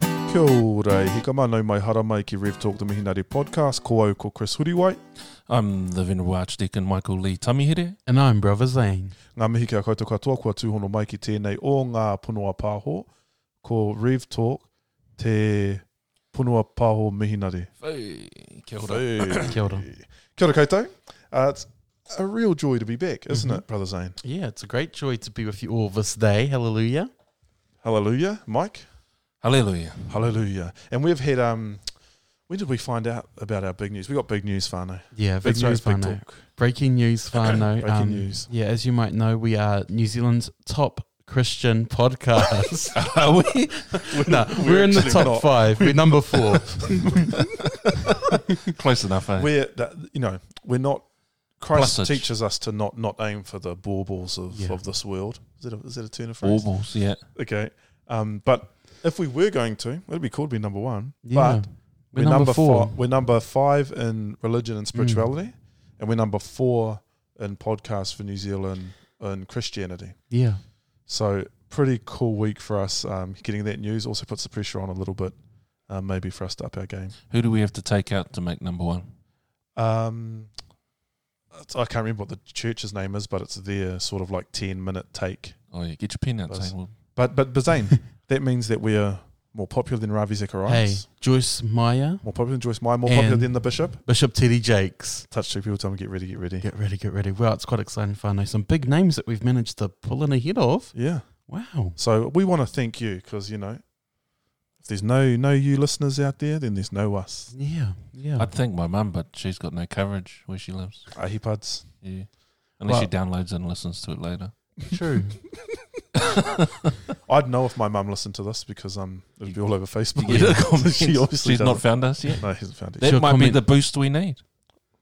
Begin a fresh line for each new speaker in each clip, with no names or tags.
Kia ora, e hika mānau mai hara mai ki Rev Talk the Mihinare podcast, ko au ko Chris Huriwai.
I'm the Venerable Archdeacon Michael Lee Tamihere.
And I'm Brother Zane.
Ngā mihi kia koutou katoa kua tūhono mai ki tēnei o ngā punua pāho, ko Rev Talk te punua pāho mihinare.
Whai, Kia ora.
Hey.
Kia ora.
Kia ora koutou. Uh, it's a real joy to be back, isn't
Mhm.
it, Brother Zane?
Yeah, it's a great joy to be with you all this day. Hallelujah.
Hallelujah, Mike.
Hallelujah.
Hallelujah. And we've had, um, when did we find out about our big news? We got big news, Fano.
Yeah,
Big
that's
news,
right,
big
Whānau.
talk.
Breaking news, Fano. Um,
Breaking news.
Yeah, as you might know, we are New Zealand's top Christian podcast. are we? no, we're, in the
actually
top
not.
five. We're number four.
Close enough, eh?
we're that, you know we're not Christ
Plussage.
teaches us to not not aim for the baubles of,
Yeah.
of this world. Is that a, is that a turn of phrase?
Baubles, yeah.
Okay, um, but if we were going to, it'd be cool to be number one.
Yeah.
But we're, number, 4 we're number five in religion and spirituality, and we're number four in podcasts for New Zealand in Christianity.
Yeah.
So pretty cool week for us. Um, getting that news also puts the pressure on a little bit, um, maybe for us to up our game.
Who do we have to take out to make number one?
Um, it's- I can't remember what the church's name is, but it's their sort of like ten minute take.
Oh, yeah. Get your pen out,
Nice.
Zane. We'll-
But but Bazane, that means that we are more popular than Ravi
Hey,
Zacharias,
Joyce Meyer,
more popular than Joyce Meyer, more
And-
popular than the bishop.
Bishop Teddy Jakes.
Touch two people, tell them get ready, get ready.
Get ready, get ready. Well, it's quite exciting, Fano. Some big names that we've managed to pull in ahead of.
Yeah.
Wow.
So we want to thank you because you know, if there's no no you listeners out there, then there's no us.
Yeah. Yeah.
I'd thank my mum, but she's got no coverage where she lives.
Ahipads.
Yeah. Unless she
Well-
downloads and listens to it later.
True.
I'd know if my mum listened to this because um it would be all over Facebook.
You get the comments.
she obviously
She's not
doesn't.
found us yet.
No, he hasn't found it.
That
She'll
might be
comment-
the boost we need.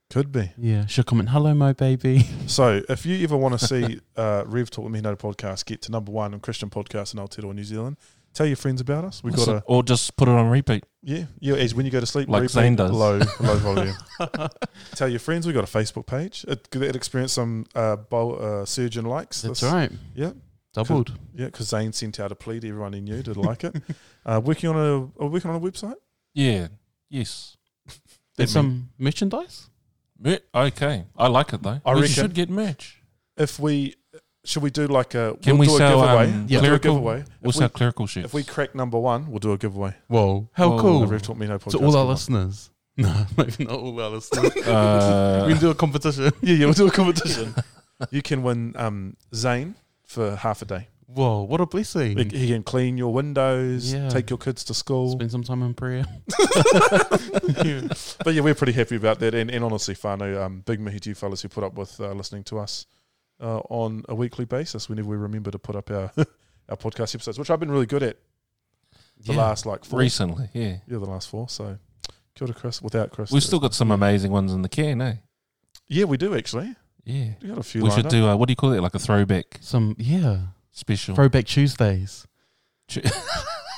Could be.
Yeah, she'll comment, hello, my baby.
So, if you ever want to see uh, Rev Talk with Me Hinata podcast get to number one on Christian podcast in Aotearoa, New Zealand, tell your friends about us. We've got
Listen,
a
or just put it on repeat.
yeah, yeah. As when you go to sleep,
Like
repeat,
Zane does.
low low volume. tell your friends. We've got a Facebook page. It, it experienced some uh, bo- uh, surge in likes.
That's
this-
right.
yeah.
Doubled.
Yeah, because Zane sent out a plea to everyone he knew to like it. Uh, working on a are we working on a website.
Yeah. Yes.
There's some merchandise?
Mer- okay. I like it, though.
I
we
reckon-
should get merch.
If we should we do like a
Can
we'll
we
do a
sell,
giveaway? we'll
um,
do a
clerical-
giveaway.
We'll
if,
sell
we,
clerical shirts.
if we crack number one, we'll do a giveaway.
Whoa. How
Whoa.
cool.
The Rev Talk Me Hinata podcast.
to all our
giveaway.
listeners. No, maybe not all our listeners.
Uh,
we can do a competition.
Yeah, yeah, we'll do a competition. you can win um, Zane for half a day.
Whoa, what a blessing.
Mm-hmm.
He he can clean your windows,
Yeah.
take your kids to school.
Spend some time in prayer. Yeah.
But yeah, we're pretty happy about that. And, and honestly, Fano, um, big mihi to you fellas who put up with uh, listening to us uh, on a weekly basis whenever we remember to put up our our podcast episodes, which I've been really good at the
Yeah.
last like four.
recently, yeah.
Yeah, the last four. So, kia ora, Chris. Without Chris,
We've still got some amazing ones in the can, eh?
yeah, we do actually.
Yeah.
We got a few.
we
lined
should
up.
do, uh, what do you call it? Like a throwback
Some, yeah.
special.
Throwback Tuesdays.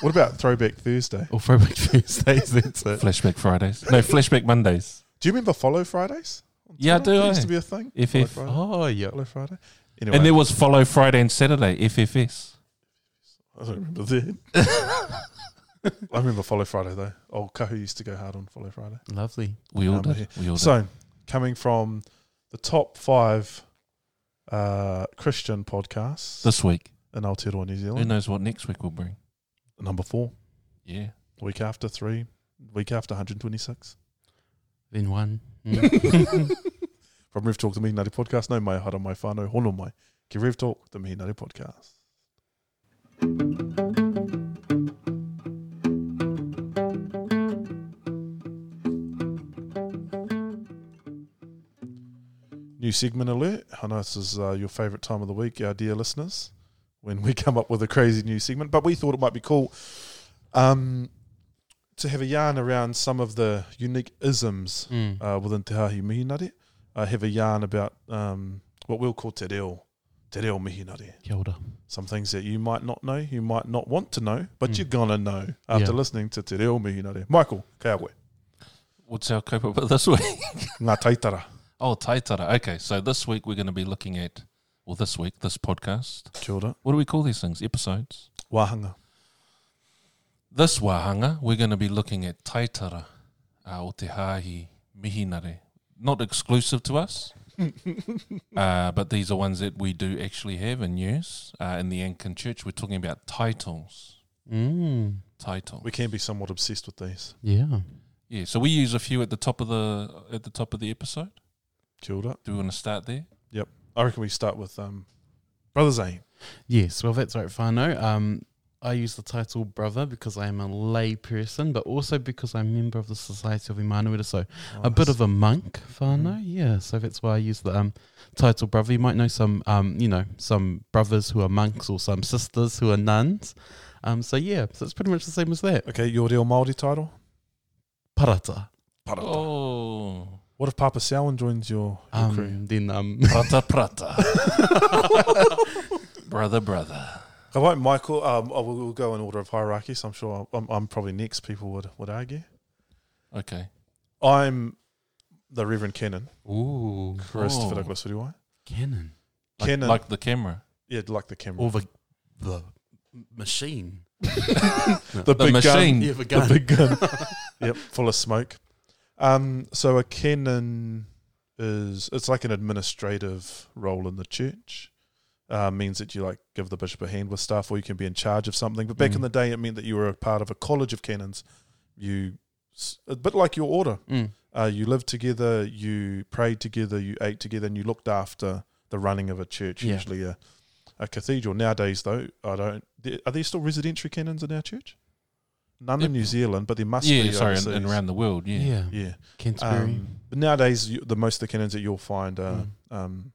What about Throwback Thursday?
Or Throwback Tuesdays, that's it.
flashback Fridays. No, flashback Mondays.
Do you remember Follow Fridays? on
Yeah, I
Twitter?
do,
That used
eh?
to be a thing.
FF.
Follow Friday.
Oh, yeah.
Hello Friday. Anyway,
And there was Follow Friday and Saturday, FFS.
I don't remember that. I remember Follow Friday though. Old Kahu used to go hard on Follow Friday.
Lovely.
We all
Um,
did. We all did.
So coming from the top five uh, Christian podcasts
this week.
in Aotearoa, New
Who
Zealand.
knows what next week will bring?
Number four,
Yeah.
week after three, week after 126.
Then one. Mm.
from Rev Talk, the Mihinari podcast. No mai hara mai whānau, hono mai. Ki Rev Talk, the Mihinari podcast. New segment alert. I know this is uh, your favourite time of the week, our dear listeners, when we come up with a crazy new segment. But we thought it might be cool um, to have a yarn around some of the unique isms
Mm.
uh, within Te Hahi Mihinare. I Uh, have a yarn about um, what we'll call te reo, te reo mihinare.
Kia ora.
Some things that you might not know, you might not want to know, but
Mm.
you're going to know after
Yeah.
listening to te reo mihinare. Michael, kei koe,
What's our cope up with this week?
ngā taitara.
Oh, Taitara. Okay, so this week we're going to be looking at, well, this week, this podcast.
Kia ora.
What do we call these things? Episodes?
Wāhanga.
This wahanga, we're going to be looking at Taitara, uh, o te hāhi mihinare. Not exclusive to us, uh, but these are ones that we do actually have and use. Uh, in the Anglican Church, we're talking about titles.
Mm.
Titles.
We can be somewhat obsessed with these.
Yeah.
Yeah, so we use a few at the top of the at the top of the episode.
Killed it.
Do we want to start there?
I reckon we start with um, Brother Zane.
Yes, well, that's right, Fano. Um, I use the title brother because I am a lay person, but also because I'm a member of the Society of Emmanuel. So a bit of a monk, Fano.
Mhm.
Yeah, so that's why I use the um, title brother. You might know some, um, you know, some brothers who are monks or some sisters who are nuns. Um, so yeah, so it's pretty much the same as that.
okay, your deal Maori title.
Parata.
Oh,
What if Papa Salwan joins your, your crew?
Um, then um,
prata prata, brother brother.
I like Michael. Um, I will we'll go in order of hierarchy, so I'm sure I'm, I'm probably next. People would would argue.
Okay.
I'm the Reverend Cannon,
ooh,
Christopher
Oh.
Douglas Uruguay.
cannon
Like,
Canon.
like the camera.
Yeah, like the camera,
or the the machine.
the,
The
big
machine.
gun,
Yeah, Mm. the gun.
the big gun. yep, full of smoke. Um, so a Cannon is it's like an administrative role in the church. Uh, means that you like give the bishop a hand with stuff, or you can be in charge of something. But back
Mm.
in the day, it meant that you were a part of a college of canons. You, s- a bit like your order,
Mm.
Uh, you lived together, you prayed together, you ate together, and you looked after the running of a church,
Yeah.
usually a, a cathedral. Nowadays, though, I don't. th- Are there still residential canons in our church? None in
Yep.
New Zealand, but there must
Yeah,
be.
sorry, and,
overseas.
and around the world. Yeah.
Yeah,
Yeah.
Canterbury.
Um, but nowadays, you, the most of the canons that you'll find are,
Mm.
um,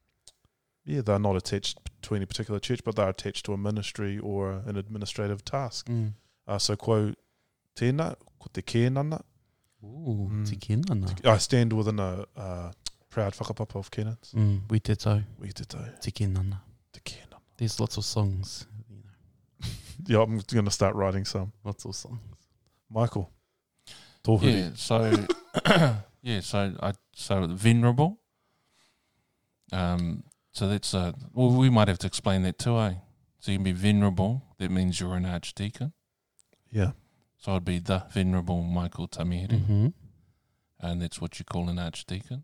yeah, they're not attached to any particular church, but they're attached to a ministry or an administrative task.
Mm.
Uh, so, quo tēnā, ko te kēnana,
Ooh,
Mm.
te kinana.
Ah.
I stand within a uh, proud whakapapa of canons.
Mm, we did so.
We did that.
Te kinana.
The canon.
There's lots of songs. You know,
Yeah, I'm going to start writing some.
lots of songs.
Michael. Tohuri.
Yeah, so yeah, so I so venerable. Um, so that's uh well, we might have to explain that too, eh? So you can be venerable. That means you're an archdeacon.
Yeah.
So I'd be the venerable Michael Tamihiri,
Mm-hmm.
and that's what you call an archdeacon.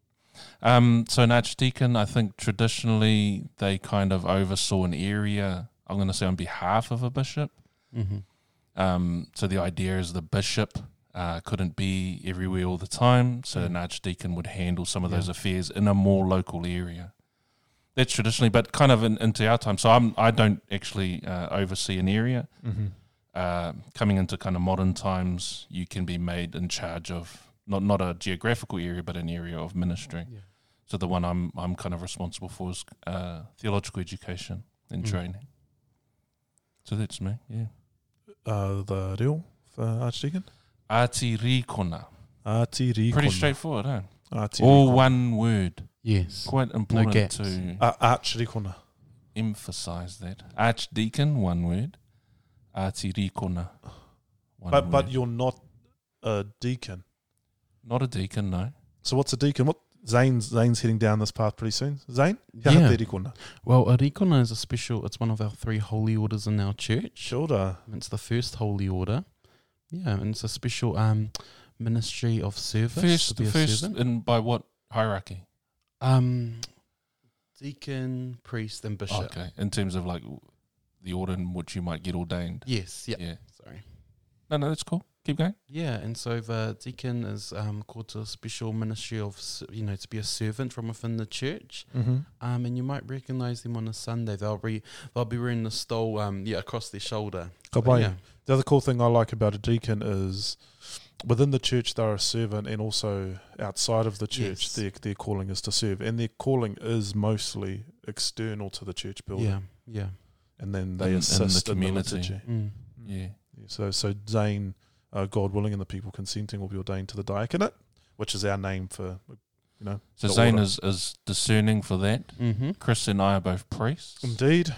Um, so an archdeacon, I think traditionally they kind of oversaw an area. I'm going to say on behalf of a bishop.
Mm-hmm.
Um, so the idea is the bishop uh, couldn't be everywhere all the time, so an archdeacon would handle some of those
Mm. Yeah.
affairs in a more local area. That's traditionally, but kind of in, into our time. So I'm I don't actually uh, oversee an area.
Mm-hmm.
Uh, coming into kind of modern times, you can be made in charge of not not a geographical area, but an area of ministry.
Yeah.
So the one I'm I'm kind of responsible for is uh, theological education and
Mm.
training. So that's me. Yeah,
Uh, the deal for Archdeacon.
Atirikona.
Artirikon.
Pretty Oh, straightforward, huh?
Artirikon.
All one word.
Yes.
Quite important
gaps.
to
Uh, Archirikona.
emphasize that. Archdeacon, one word. Atirikona, one
But, but
word.
you're not a deacon.
Not a deacon, no.
So what's a deacon? What Zane's Zane's heading down this path pretty soon. Zane? Kia
Yeah.
ora te rikona.
Well, a rikona is a special. It's one of our three holy orders in our church.
Kia ora.
And It's the first holy order. Yeah, and it's a special um ministry of service. to
First,
be a
first,
servant.
and by what hierarchy?
um, deacon, priest, and bishop.
Okay, in terms of like the order in which you might get ordained.
Yes. Yeah.
Yeah.
Sorry.
No, no, that's cool. Keep going.
Yeah, and so the deacon is um, called to a special ministry of, s- you know, to be a servant from within the church.
Mm-hmm.
Um, and you might recognise them on a Sunday. They'll be they'll be wearing the stole, um, yeah, across their shoulder. But Oh, yeah.
The other cool thing I like about a deacon is within the church they're a servant, and also outside of the church
Yes.
their their calling is to serve, and their calling is mostly external to the church building,
yeah, yeah,
and then they
In- in the
assist in the,
community.
liturgy.
mm.
Yeah.
Yeah, So so Zane, uh, God willing, and the people consenting will be ordained to the diaconate, which is our name for you know.
So
the
Zane
order.
is, is discerning for that.
Mm-hmm.
Chris and I are both priests.
indeed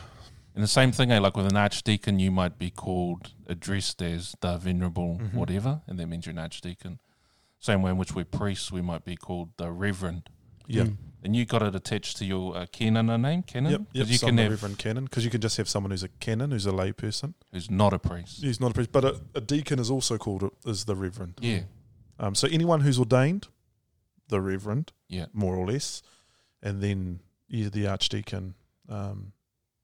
And the same thing, eh, like with an archdeacon, you might be called, addressed as the venerable
Mhm.
whatever, and that means you're an archdeacon. Same way in which we're priests, we might be called the reverend.
Yeah.
Mm.
and you got it attached to your uh, Kenana name, Canon.
Yep, yep.
you
You
can have
Reverend Canon, because you can just have someone who's a canon, who's a lay person.
who's not a priest.
He's not a priest, but a, a deacon is also called a- is the Reverend.
Yeah,
Um, so anyone who's ordained, the Reverend,
Yeah.
more or less, and then yeah, the Archdeacon, um,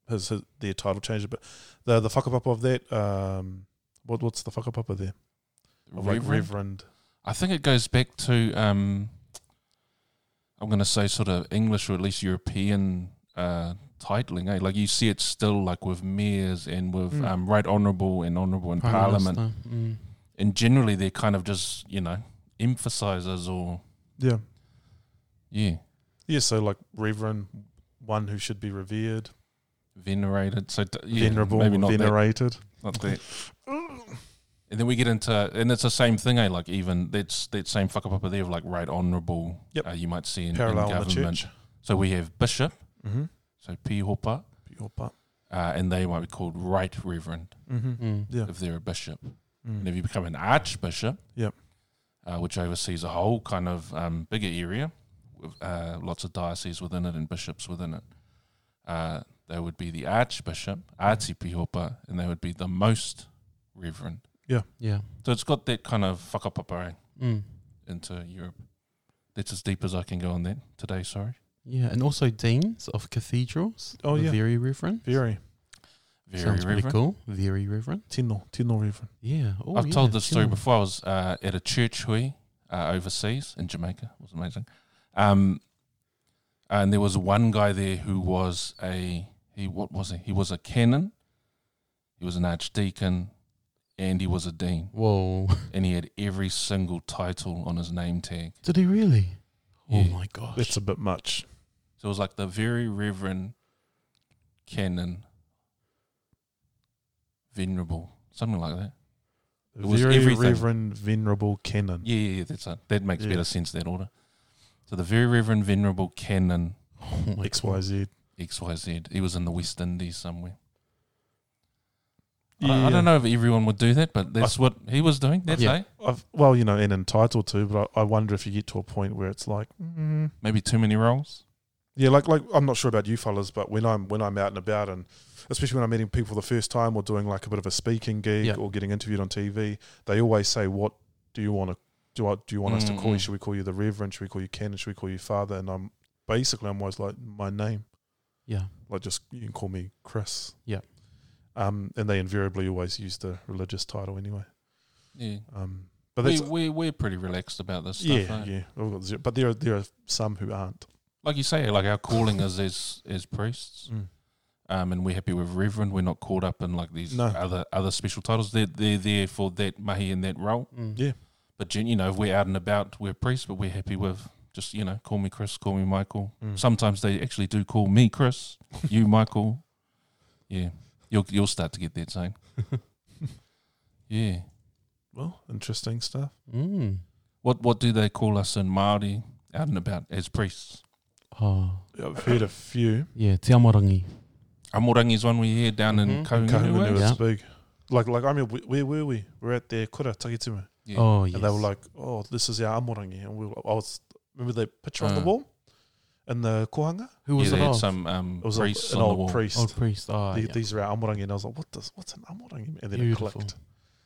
his, his their title changes, but the the fuck up of that, um, what what's the fuck up of there? Of like
Reverend.
Reverend.
I think it goes back to um, I'm going to say sort of English or at least European uh, titling. Eh? Like you see it still like with mayors and with
Mm.
um, right honourable and honourable in
Prime
Um, Parliament,
Minister. Mm.
and generally they're kind of just you know emphasizers or
Yeah,
yeah
yeah. So like Reverend, one who should be revered,
venerated. So t- yeah,
venerable,
maybe not that,
venerated.
not that. And then we get into, and it's the same thing, eh? Like even that's that same fuck up up there of like right honourable.
Yep.
uh, you might see in, in
Parallel in the
government.
church.
So we have bishop,
Mm-hmm.
so pihopa, uh, and they might be called right reverend
Mm-hmm.
Mm.
Yeah.
if they're a bishop. And if
Mm.
you become an archbishop,
Yep.
uh, which oversees a whole kind of um, bigger area, with uh, lots of dioceses within it and bishops within it, uh, they would be the archbishop, artipihopa, and they would be the most reverend.
Yeah.
So it's got that kind of whakapapa
Mm.
into Europe. That's as deep as I can go on that today, sorry.
Yeah, and also deans of cathedrals.
Oh,
are
yeah.
very reverend.
Very
Very
Sounds
reverend.
pretty cool. Very reverend.
Tino, Tino Reverend.
Yeah. Oh,
I've
yeah,
told this story
sure.
before. I was uh, at a church hui uh, overseas in Jamaica. It was amazing. Um, and there was one guy there who was a he. What was he? He was a canon. He was an archdeacon, and he was a dean.
Whoa!
And he had every single title on his name tag.
Did he really? Oh
Yeah.
my gosh!
That's a bit much.
So it was like the very reverend canon, venerable, something like that. It was
Very
everything.
Reverend Venerable Canon.
Yeah, yeah, yeah that's it. That makes
Yeah.
better sense, that order. So the Very Reverend Venerable Canon
Oh my
X Y Z.
XYZ, he was in the West Indies somewhere. I, don't, I don't know if everyone would do that, but that's what he was doing that
Yeah.
day.
I've, well, you know, and entitled to, but I, I wonder if you get to a point where it's like, mm,
Maybe too many roles.
yeah, like like I'm not sure about you fellas, but when I'm when I'm out and about, and especially when I'm meeting people the first time, or doing like a bit of a speaking gig,
Yeah.
or getting interviewed on TV, they always say, "What do you want to do? I, do you want us to call you?
Mm.
Mm-mm.
Should we call you the Reverend? Should we call you Canon? Should we call you Father?" And I'm basically I'm always like my name,
Yeah.
like just you can call me Chris.
Yeah.
Um, and they invariably always use the religious title anyway.
Yeah.
Um, but
We,
that's
we, we're pretty relaxed about this stuff.
yeah,
eh?
yeah. I've got zero- But there are there are some who aren't.
Like you say, like our calling is as, as priests. Um, and we're happy with Reverend. We're not caught up in like these
No.
other other special titles. They're they're there for that mahi and that role.
Mm.
Yeah.
But gen- you know, if we're out and about, we're priests, but we're happy with just you know, call me Chris, call me Michael. Sometimes they actually do call me Chris, you Michael. Yeah, you'll you'll start to get that saying. yeah.
Well, interesting stuff.
Mm.
What what do they call us in Maori out and about as priests?
Oh
Yeah, I've heard a few.
yeah, Te Amorangi.
Amorangi is one we hear down in
Mhm.
Kahuna
Kahunganui.
is
Yeah.
big. Like like I remember wh- where were we? We are at their kura Takitimu,
Yeah.
Oh yes.
and they were like, "Oh, this is our amorangi." And we were, I was remember the picture on the
Uh.
wall in the kohanga.
who
Yeah,
was
they
it?
had
of?
some um,
It was a-
priests
an
on the
old
wall.
priest.
Old priest. Oh,
The-
yeah.
These are our amorangi, and I was like, "What does what's an amorangi?" And then
Beautiful.
it clicked.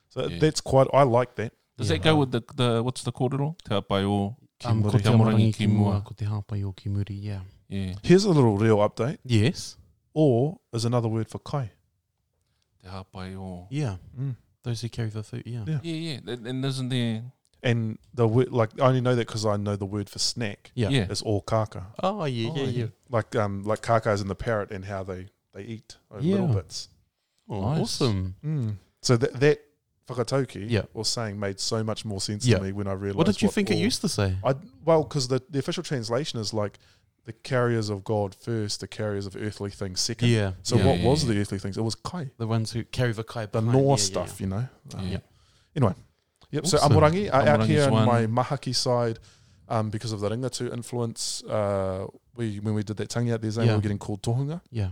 So
Yeah.
that's quite. I like that.
Does
Yeah.
that go with the the what's the kōrero? Te apai o.
um,
Kimura.
ko te
Amorangi
Amorangi
Kimura.
Kimura, ko te Hapa o Kimuri. Yeah.
Yeah.
Here's a little real update.
Yes.
Or is another word for kai.
Te hapai o.
Yeah.
Mm.
Those who carry the food. Yeah.
Yeah.
Yeah, yeah. And- And isn't there?
And the word like I only know that because I know the word for snack
Yeah.
yeah.
is all kaka.
Oh yeah,
Oh,
yeah,
yeah.
yeah.
like um like carcass and the parrot and how they they eat uh, little
Yeah.
bits.
Oh,
Nice.
Awesome.
Mm. So that that fakatoki
Yeah.
or saying made so much more sense
Yeah.
to me when I realized
What did you think it used to say?
I well because the the official translation is like the carriers of God first, the carriers of earthly things second.
Yeah.
So
Yeah,
what
yeah,
was
yeah.
the earthly things? It was kai,
The ones who carry the kai
the
behind.
Nor
yeah, yeah,
stuff, you know. Um,
Yeah.
Anyway, yep. So
Awesome.
Amorangi uh, out
Amorangi's
here on
one.
my mahaki side, um, because of the Ringatu influence, uh, we when we did that tangi out there, Zane, we
Yeah.
were getting called tohunga.
Yeah.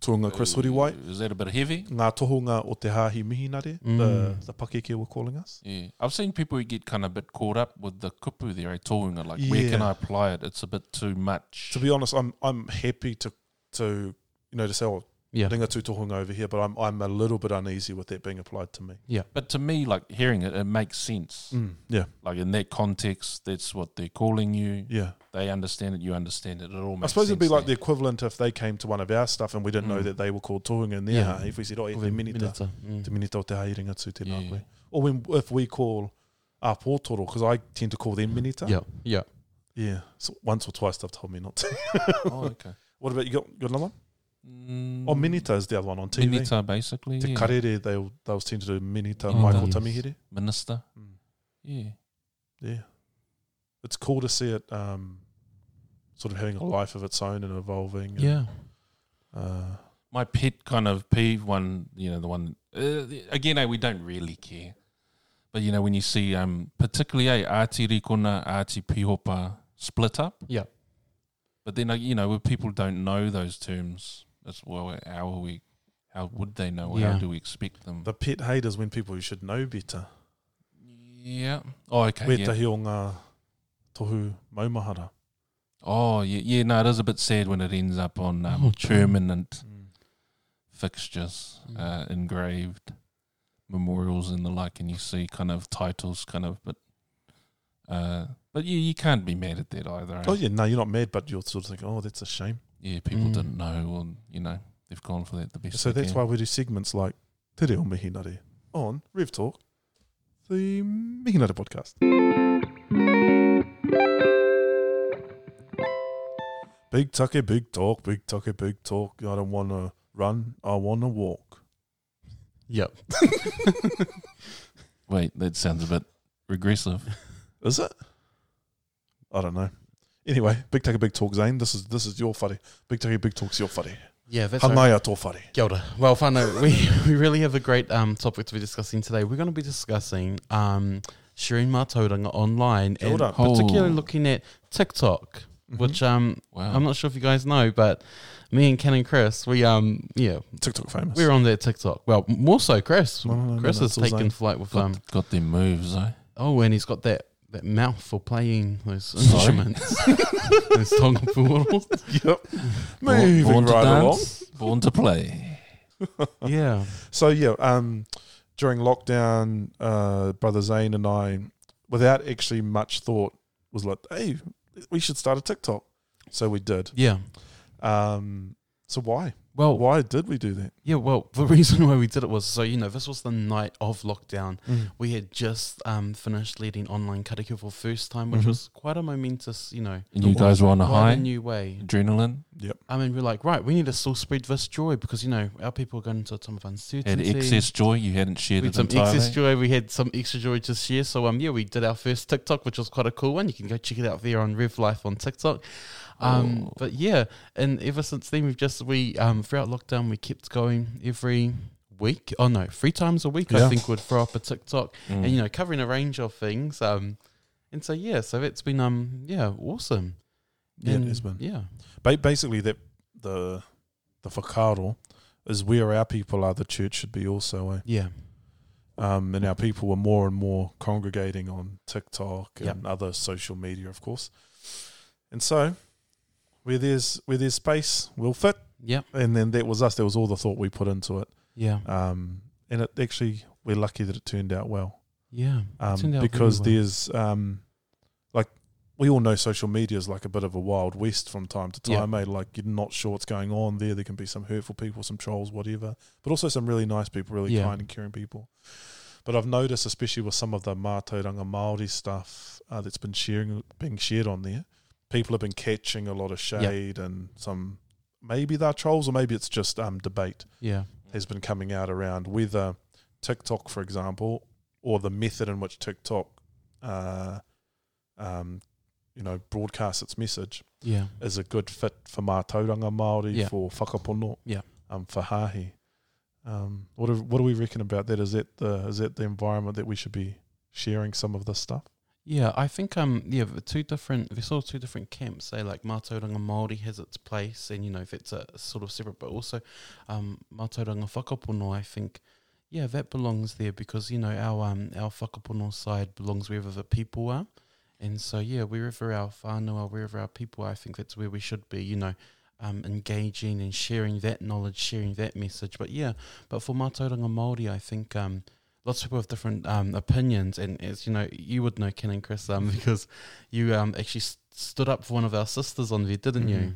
Tuanga Chris Huriwai.
Is that a bit heavy?
Ngā tohunga o te hāhi mihinare, the,
Mm.
the pakeke we're calling us.
Yeah, I've seen people who get kind of a bit caught up with the kupu there, eh, tohunga. Like, where can
Yeah.
I apply it? It's a bit too much.
To be honest, I'm I'm happy to to you know to say oh
Yeah.
ringa tū tohunga over here, but I'm I'm a little bit uneasy with that being applied to me.
but to me, like hearing it, it makes sense.
Mm. Yeah,
Like in that context, that's what they're calling you.
yeah.
They understand it. You understand it. It all
I
makes.
suppose it'd be
sense
like the
there.
equivalent if they came to one of our stuff and we didn't know
Mm.
that they were called tohunga in their
Yeah.
hā. If we said, oh, e te
Ove
minita,
minita.
te
Mm.
minita o te hāhi ringa tū tēnā
Yeah.
koe. Or when, if we call our pōtoro, because I tend to call them minita.
Yeah. Yeah.
Yeah. So once or twice they've told me not to.
oh, okay.
what about you? Got, got another one?
Mm,
Oh, minita is the other one on TV.
Minita, basically.
Te
yeah. Oh,
karere, they, all- they was tend to do minita,
Minita,
Michael
yes.
Tamihere.
Minister.
Mm.
Yeah.
Yeah. It's cool to see it um, sort of having a life of its own and evolving. and,
Yeah.
uh,
my pet kind of peeve one you know the one uh, again eh, we don't really care but you know when you see um particularly a arti rikona arti pihopa split up
Yeah.
but then uh, you know when people don't know those terms that's well eh, how are we how would they know how
Yeah.
do we expect them
the pet haters when people who should know better.
yeah oh okay
Koe
yeah.
tahi o ngā tohu maumahara.
oh yeah yeah no it is a bit sad when it ends up on um,
Oh, true.
permanent fixtures
Mm.
uh, engraved memorials and the like, and you see kind of titles, kind of, but uh, but you you can't be mad at that either. eh?
Oh, yeah, no, you're not mad, but you're sort of thinking, oh, that's a shame.
yeah, people
Mm.
didn't know, or you know, they've gone for that the best.
So
they
that's
can.
why we do segments like Te Reo Mihinare on Rev Talk, the Mihinare podcast. Big tucky, big talk, big tucky, big talk. I don't want to run, I want to walk.
Yeah.
Wait, that sounds a bit regressive.
Is it? I don't know. Anyway, big tucky, big talk, Zane. This is this is your whare. Big tucky, big talk's your whare.
Yeah. That's right.
Hangaia tō whare.
Kia ora. Well, whānau, we, we really have a great um, topic to be discussing today. We're going to be discussing um, sharing mātauranga online
Kia
and
ora. Mm-hmm.
Oh.
particularly looking at TikTok, which um,
Uh-huh.
Wow,
I'm not sure if you guys know, but me and Ken and Chris, we, um, yeah,
TikTok famous.
we're on their TikTok. Well, m- more so Chris.
No, no, no, no,
Chris
no,
has
it's all
taken
Zane.
flight with,
got,
um,
got their moves, eh?
oh, and he's got that, that mouth for playing those
Sorry?
instruments. those tonga puoros.
Yep. Moving
born, born to
right along.
dance, born to play.
Yeah.
So yeah, um, during lockdown, uh, brother Zane and I, without actually much thought, was like, "Hey, we should start a TikTok." So we did.
Yeah.
Um, so why?
Well,
Why did we do that?
yeah, well, the reason why we did it was so, you know, this was the night of lockdown. we had just um, finished leading online karate for the first time, which
Mhm.
was quite a momentous, you know,
And you guys were Mm-hmm. on a
quite
high,
a new way.
adrenaline.
I mean, we're like, right, we need to still spread this joy because you know our people are going into a time of
Had
uncertainty.
excess joy. You hadn't shared
we had
it
some
entirely.
excess joy. We had some extra joy to share. So um, yeah, we did our first TikTok, which was quite a cool one. You can go check it out there on Rev Life on TikTok. Um,
Oh.
but yeah, and ever since then, we've just we um throughout lockdown we kept going every week. Oh no, three times a week.
Yeah. Hmm.
I think we'd throw up a TikTok
Mm.
and you know covering a range of things um and so yeah so it's been um yeah awesome
Yeah,
And,
it has been.
yeah
Ba- basically, that the the whakaro is where our people are. The church should be also, eh?
yeah
um, and our people were more and more congregating on TikTok and
Yep.
other social media, of course. And so, where there's where there's space, we'll fit.
yep
And then that was us. That was all the thought we put into it.
yeah
Um, and it actually, we're lucky that it turned out well
yeah
um,
Turned out very
because
well.
there's um, like we all know social media is like a bit of a wild west from time to
Yeah.
time. Eh? Like you're not sure what's going on there. There can be some hurtful people, some trolls, whatever, but also some really nice people, really
Yeah.
kind and caring people. But I've noticed, especially with some of the Mātauranga Māori stuff uh, that's been sharing, being shared on there, people have been catching a lot of shade and some maybe they're trolls or maybe it's just um, debate
yeah
has been coming out around whether TikTok, for example, or the method in which TikTok, uh, um, you know, broadcasts its message
yeah
is a good fit for mātauranga Māori,
Yeah.
for whakapono,
Yeah.
um, for hahi. Um, what do, what do we reckon about that? Is that the is that the environment that we should be sharing some of this stuff?
Yeah, I think um yeah, the two different we saw two different camps. Say like Mātauranga Māori has its place and you know if it's a sort of separate but also um Mātauranga Whakapono I think yeah, that belongs there because you know our um our Whakapono side belongs wherever the people are. And so yeah, wherever our whānau are, wherever our people are, I think that's where we should be, you know, um engaging and sharing that knowledge, sharing that message. But yeah, but for Mātauranga Māori I think um lots of people have different um, opinions, and as you know, you would know Ken and Chris um, because you um, actually st- stood up for one of our sisters on there, didn't you?
Mhm.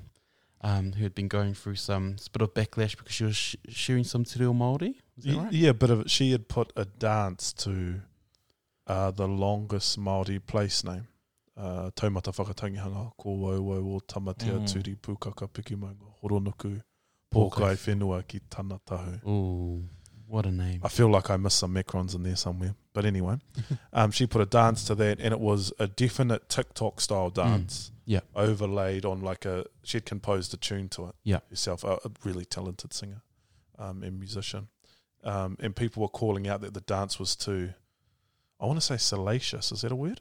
Um, who had been going through some s- bit of backlash because she was sh- sharing some te reo Māori. Is that
Y-
right?
Yeah, but if she had put a dance to uh, the longest Maori place name. Uh, taumata whakatangihanga, ko wauwau o tamatea
Mm.
turi, pūkaka pikimaunga, horonuku, pōkai whenua ki tana tahu.
Oh, what a name!
I feel like I missed some Macrons in there somewhere. But anyway, um, she put a dance to that, and it was a definite TikTok style dance.
Mm. yeah.
Overlaid on like a, she'd composed a tune to it.
Yeah.
Herself, a, a really talented singer um, and musician. Um, and people were calling out that the dance was too, I want to say salacious. Is that a word?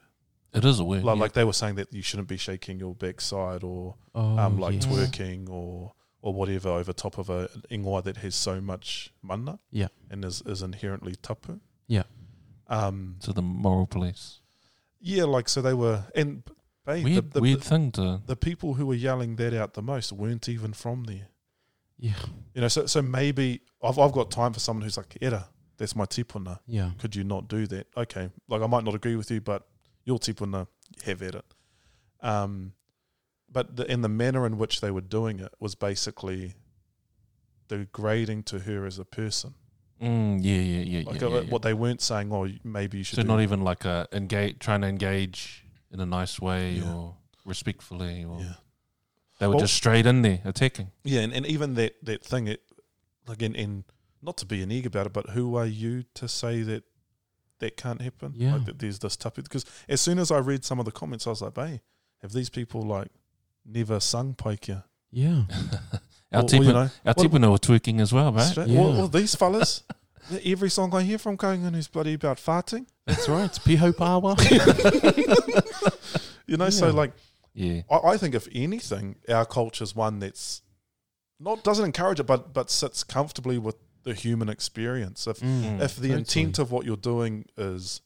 It is a word.
Like,
yeah.
like they were saying that you shouldn't be shaking your backside or
Oh,
um, like
yes.
twerk.
twerking or or whatever over top of a ingoa that has so much mana
Yeah.
and is, is inherently tapu.
Yeah.
Um,
to the moral police.
yeah, like so they were and babe, the,
Weird,
the,
weird
the,
thing to.
the people who were yelling that out the most weren't even from there.
Yeah,
You know, so so maybe I've I've got time for someone who's like, Era, that's my tipuna.
yeah,
Could you not do that? Okay. Like I might not agree with you, but your tipuna have at it. Um but the, and the manner in which they were doing it was basically degrading to her as a person.
Mm, yeah, yeah, yeah.
Like
yeah,
uh,
yeah, yeah.
what they weren't saying, oh, maybe you should
so
do
not even like a engage, trying to engage in a nice way
Yeah.
or respectfully, or
Yeah.
they were
Well-
just straight in there attacking.
Yeah, and, and even that that thing, it like, and, and not to be an egg about it, but who are you to say that that can't happen?
Yeah.
like that there's this topic because as soon as I read some of the comments, I was like, hey, have these people like never sung Paikia?
yeah.
Or-
Our
or,
tipuna,
you know,
our
what-
tipuna were twerking as well, right?
straight-
Yeah.
or, or these fellas. Every song I hear from Kangan is bloody about farting,
That's right. It's piho pawa.
you know. So
Yeah.
like,
Yeah,
I, I think if anything, our culture's one that's not doesn't encourage it, but but sits comfortably with the human experience. If
Mm.
if the intent of what you're doing is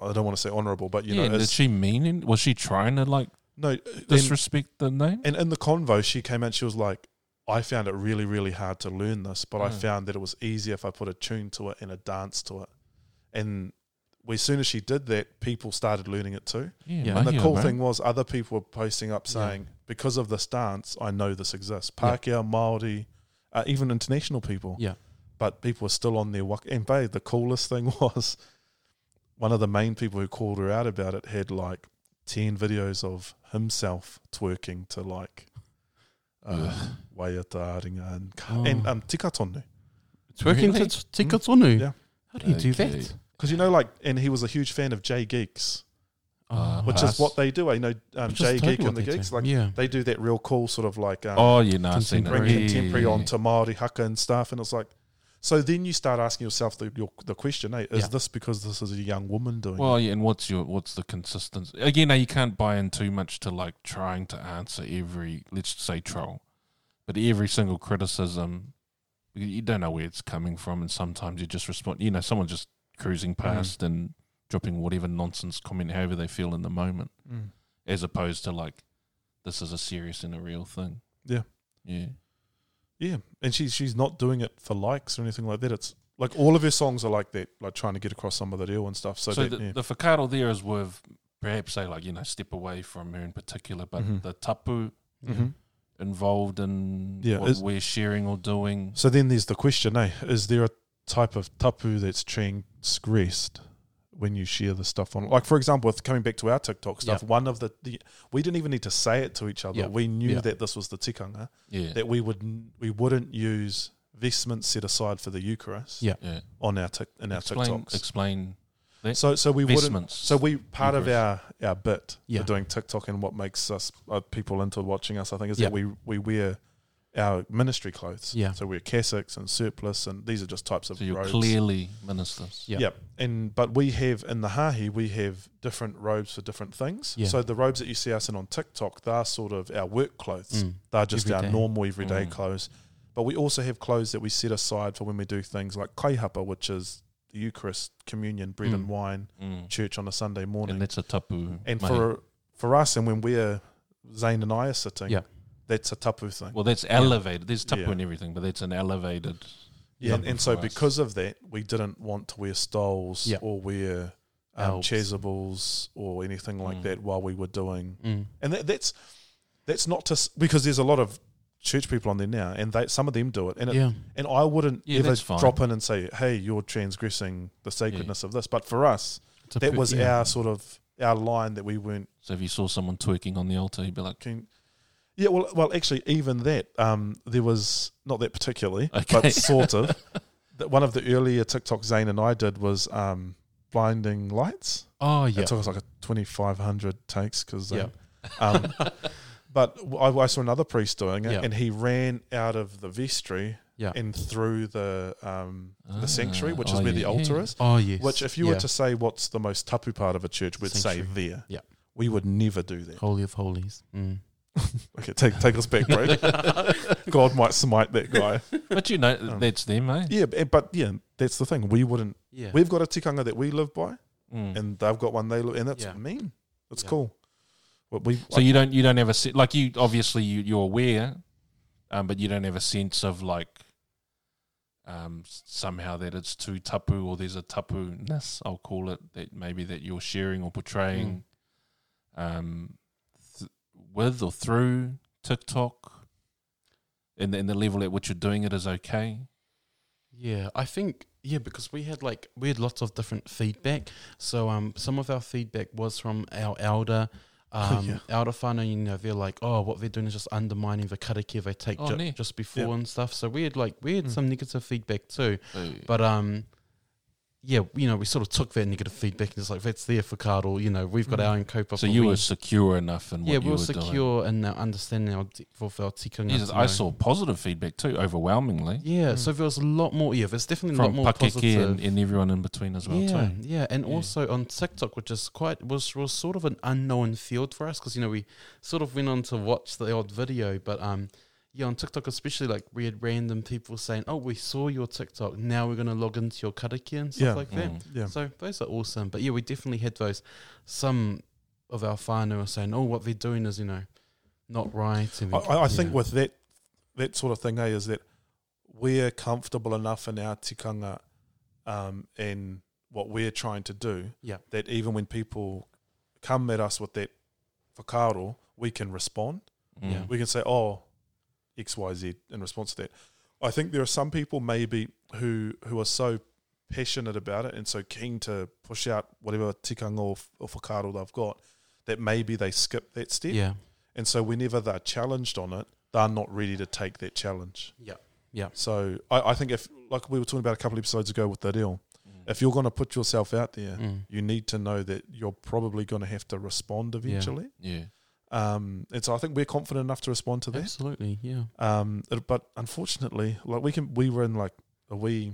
I don't want to say honourable, but you
yeah.
know,
did
it's,
she mean? it? Was she trying to like
no. Then,
disrespect the name?
and in the convo, she came out. She was like, "I found it really, really hard to learn this, but I
Mm.
found that it was easier if I put a tune to it and a dance to it." And we, as soon as she did that, people started learning it too.
Yeah,
Yeah.
mahia,
And the cool
bro.
thing was, other people were posting up
Yeah.
saying, "Because of this dance, I know this exists." Pākehā, Maori, uh, even international people.
Yeah.
But people were still on their walk. And babe, the coolest thing was, one of the main people who called her out about it had like ten videos of himself twerking to like. Uh, Waiata Ringa and, and
Oh.
um, Tika Tonu.
Twerking
Really?
to t- Tika Tonu.
Yeah.
How do you do
Okay.
that?
Because you know, like, and he was a huge fan of J Geeks,
Oh,
Uh,
which
nice.
is what they do. eh? You know, um,
Which is
J
Ah. totally
Geek
what
and the
they do.
Geeks, like,
yeah.
they do that real cool sort of like um,
Oh, you know, I've seen it.
bring
Yeah, yeah,
contemporary
yeah,
on
yeah.
to Māori haka and stuff, and it's like, so then you start asking yourself the your, the question: Hey, is
Yeah.
this because this is a young woman doing?
Well, yeah, and what's your what's the consistency? Again, uh, you can't buy in too much to like trying to answer every let's say troll, but every single criticism, you- you don't know where it's coming from, and sometimes you just respond. You know, someone just cruising
Mm.
past and dropping whatever nonsense comment, however they feel in the moment,
it? Mm.
as opposed to like this is a serious and a real thing.
Yeah.
yeah,
Yeah, and she's she's not doing it for likes or anything like that. It's like all of her songs are like that, like trying to get across some of the deal and stuff. So,
So,
that,
the,
yeah.
the whakaro there is with perhaps say like you know step away from her in particular, but
Mhm.
the tapu
Mhm.
involved in
Yeah,
what
is-
we're sharing or doing.
so then there's the question: Hey, is there a type of tapu that's transgressed when you share the stuff on? Like, for example, with coming back to our TikTok stuff, one of the, the we didn't even need to say it to each other.
Yeah.
We knew
Yeah.
that this was the tikanga.
Yeah,
that we would n- we wouldn't use vestments set aside for the Eucharist
Yeah.
yeah.
on our tic, in our
Explain,
TikToks.
explain
so so we wouldn't.
vestments.
So we part of our our bit
Yeah.
for doing TikTok and what makes us uh, people into watching us, I think, is
Yeah.
that we we wear our ministry clothes.
Yeah.
So we're cassocks and surplice, and these are just types of
So you're
robes.
clearly ministers.
Yeah.
Yep. And but we have in the hahi we have different robes for different things.
Yeah.
So the robes that you see us in on TikTok, they're sort of our work clothes.
Mm.
They're just our
Everyday.
normal everyday
Mm.
clothes. But we also have clothes that we set aside for when we do things like kaihapa, which is the Eucharist, communion, bread and
Mm.
wine,
Mm.
church on a Sunday morning. And,
And that's a tapu. mahi.
for for us and when we're Zane and I are sitting,
Yeah.
that's a tapu thing.
well, that's elevated. There's tapu
Yeah.
and everything, but that's an elevated.
Yeah, and,
number
and so
for us.
because of that, we didn't want to wear stoles
Yeah.
or wear um,
Albs.
chasubles or anything like
Mm.
that while we were doing.
Mm.
And that, that's that's not to s- because there's a lot of church people on there now, and they some of them do it, and it,
yeah.
and I wouldn't
Yeah,
ever
that's fine.
drop in and say, "Hey, you're transgressing the sacredness of this." But for us,
It's a
that
per-
was
yeah.
our sort of our line that we weren't.
So if you saw someone twerking on the altar, you'd be like,
Keen. Yeah, well, well, actually, even that um, there was not that particularly,
Okay.
but sort of. that one of the earlier TikTok Zane and I did was um, blinding lights.
Oh
It
yeah.
took us like a twenty five hundred takes because
Yeah.
um, but w- I, I saw another priest doing it,
Yeah.
and he ran out of the vestry
Yeah.
and through the um,
Ah,
the sanctuary, which
oh,
is where
yeah,
the altar
yeah.
is.
Oh yes.
Which, if you
yeah.
were to say what's the most tapu part of a church, we'd say
Sanctuary.
there.
Yeah.
we would never do that.
holy of holies. Mm.
Okay, take take us back, bro. God might smite that guy.
but you know,
Um,
that's them, eh?
Yeah, but, but yeah, that's the thing. We wouldn't.
Yeah.
We've got a tikanga that we live by,
Mm.
and they've got one they live, and that's
Yeah.
mean. That's
Yeah.
cool. But we
So you don't you don't ever sit like you obviously you, you're aware, um, but you don't have a sense of like um, s- somehow that it's too tapu or there's a tapu ness I'll call it that maybe that you're sharing or portraying,
Mm.
um, th- with or through TikTok, and and the level at which you're doing it is okay.
Yeah, I think yeah because we had like we had lots of different feedback. So um, some of our feedback was from our elder. Um,
Oh, yeah.
elder whānau, you know, they're like, oh, what they're doing is just undermining the karakia they take
Oh,
ju-
nee.
just before
Yeah.
and stuff. So we had like we had
Mm.
some negative feedback too, but um, yeah, you know, we sort of took that negative feedback and it's like that's there for Carl. You know, we've got
Mm.
our own cope up.
so
and
you
we-
were secure enough in what
yeah,
you
we
were
were
doing.
secure in our understanding our depth of our tikanga.
Jesus,
to
I
know.
saw positive feedback too, overwhelmingly
Yeah,
Mm.
so there was a lot more. Yeah, there's definitely a lot
from
more
Pakeke
positive.
and, and everyone in between as well
yeah,
too.
yeah, and
Yeah.
also on TikTok, which is quite was was sort of an unknown field for us because you know we sort of went on to watch the odd video, but um, yeah, on TikTok especially, like we had random people saying, "Oh, we saw your TikTok. Now we're gonna log into your karakia and stuff
Yeah.
like that."
Mm.
yeah.
So those are awesome. But yeah, we definitely had those. Some of our whānau are saying, "Oh, what they're doing is you know not right." And
I,
we-
I I think
yeah.
with that that sort of thing, eh, is that we're comfortable enough in our tikanga um, and what we're trying to do
Yeah.
that even when people come at us with that whakaro, we can respond.
Yeah.
We can say, oh, X, Y, Z in response to that. I think there are some people maybe who who are so passionate about it and so keen to push out whatever tikanga or, f- or whakaro they've got that maybe they skip that step.
yeah,
And so whenever they're challenged on it, they're not ready to take that challenge.
yeah, yeah,
So I, I think if, like we were talking about a couple of episodes ago with that ill, if you're going to put yourself out there,
Mm.
you need to know that you're probably going to have to respond eventually.
yeah.
Um, and so I think we're confident enough to respond to that.
absolutely, yeah,
Um, it- but unfortunately, like we can, we were in like a wee,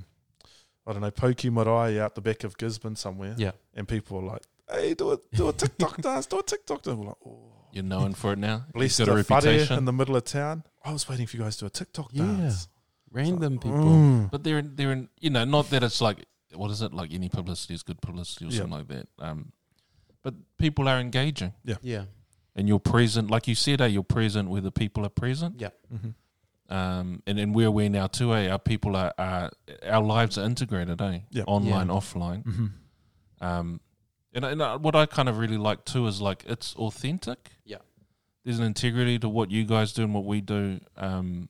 I don't know, pokey marae out the back of Gisborne somewhere,
yeah.
and people were like, "Hey, do a do a TikTok dance, do a TikTok dance." We're like, "Oh,
You're known for it now.
Blessed
You've got a
the whare
reputation.
in the middle of town. I was waiting for you guys to do a TikTok
Yeah.
dance.
Random people.
Mm.
but they're in, they're in, you know, not that it's like, what is it? Like any publicity is good publicity or
Yeah.
something like that. Um, but people are engaging
Yeah,
and you're present. Like you said, eh, you're present where the people are present.
yeah,
Mhm.
Um, and, and we're aware now too, eh, our people are, are, our lives are integrated, eh?
Yeah.
Online,
Yeah.
offline. Um, and, and uh, what I kind of really like too is like it's authentic.
Yeah.
There's an integrity to what you guys do and what we do. Um,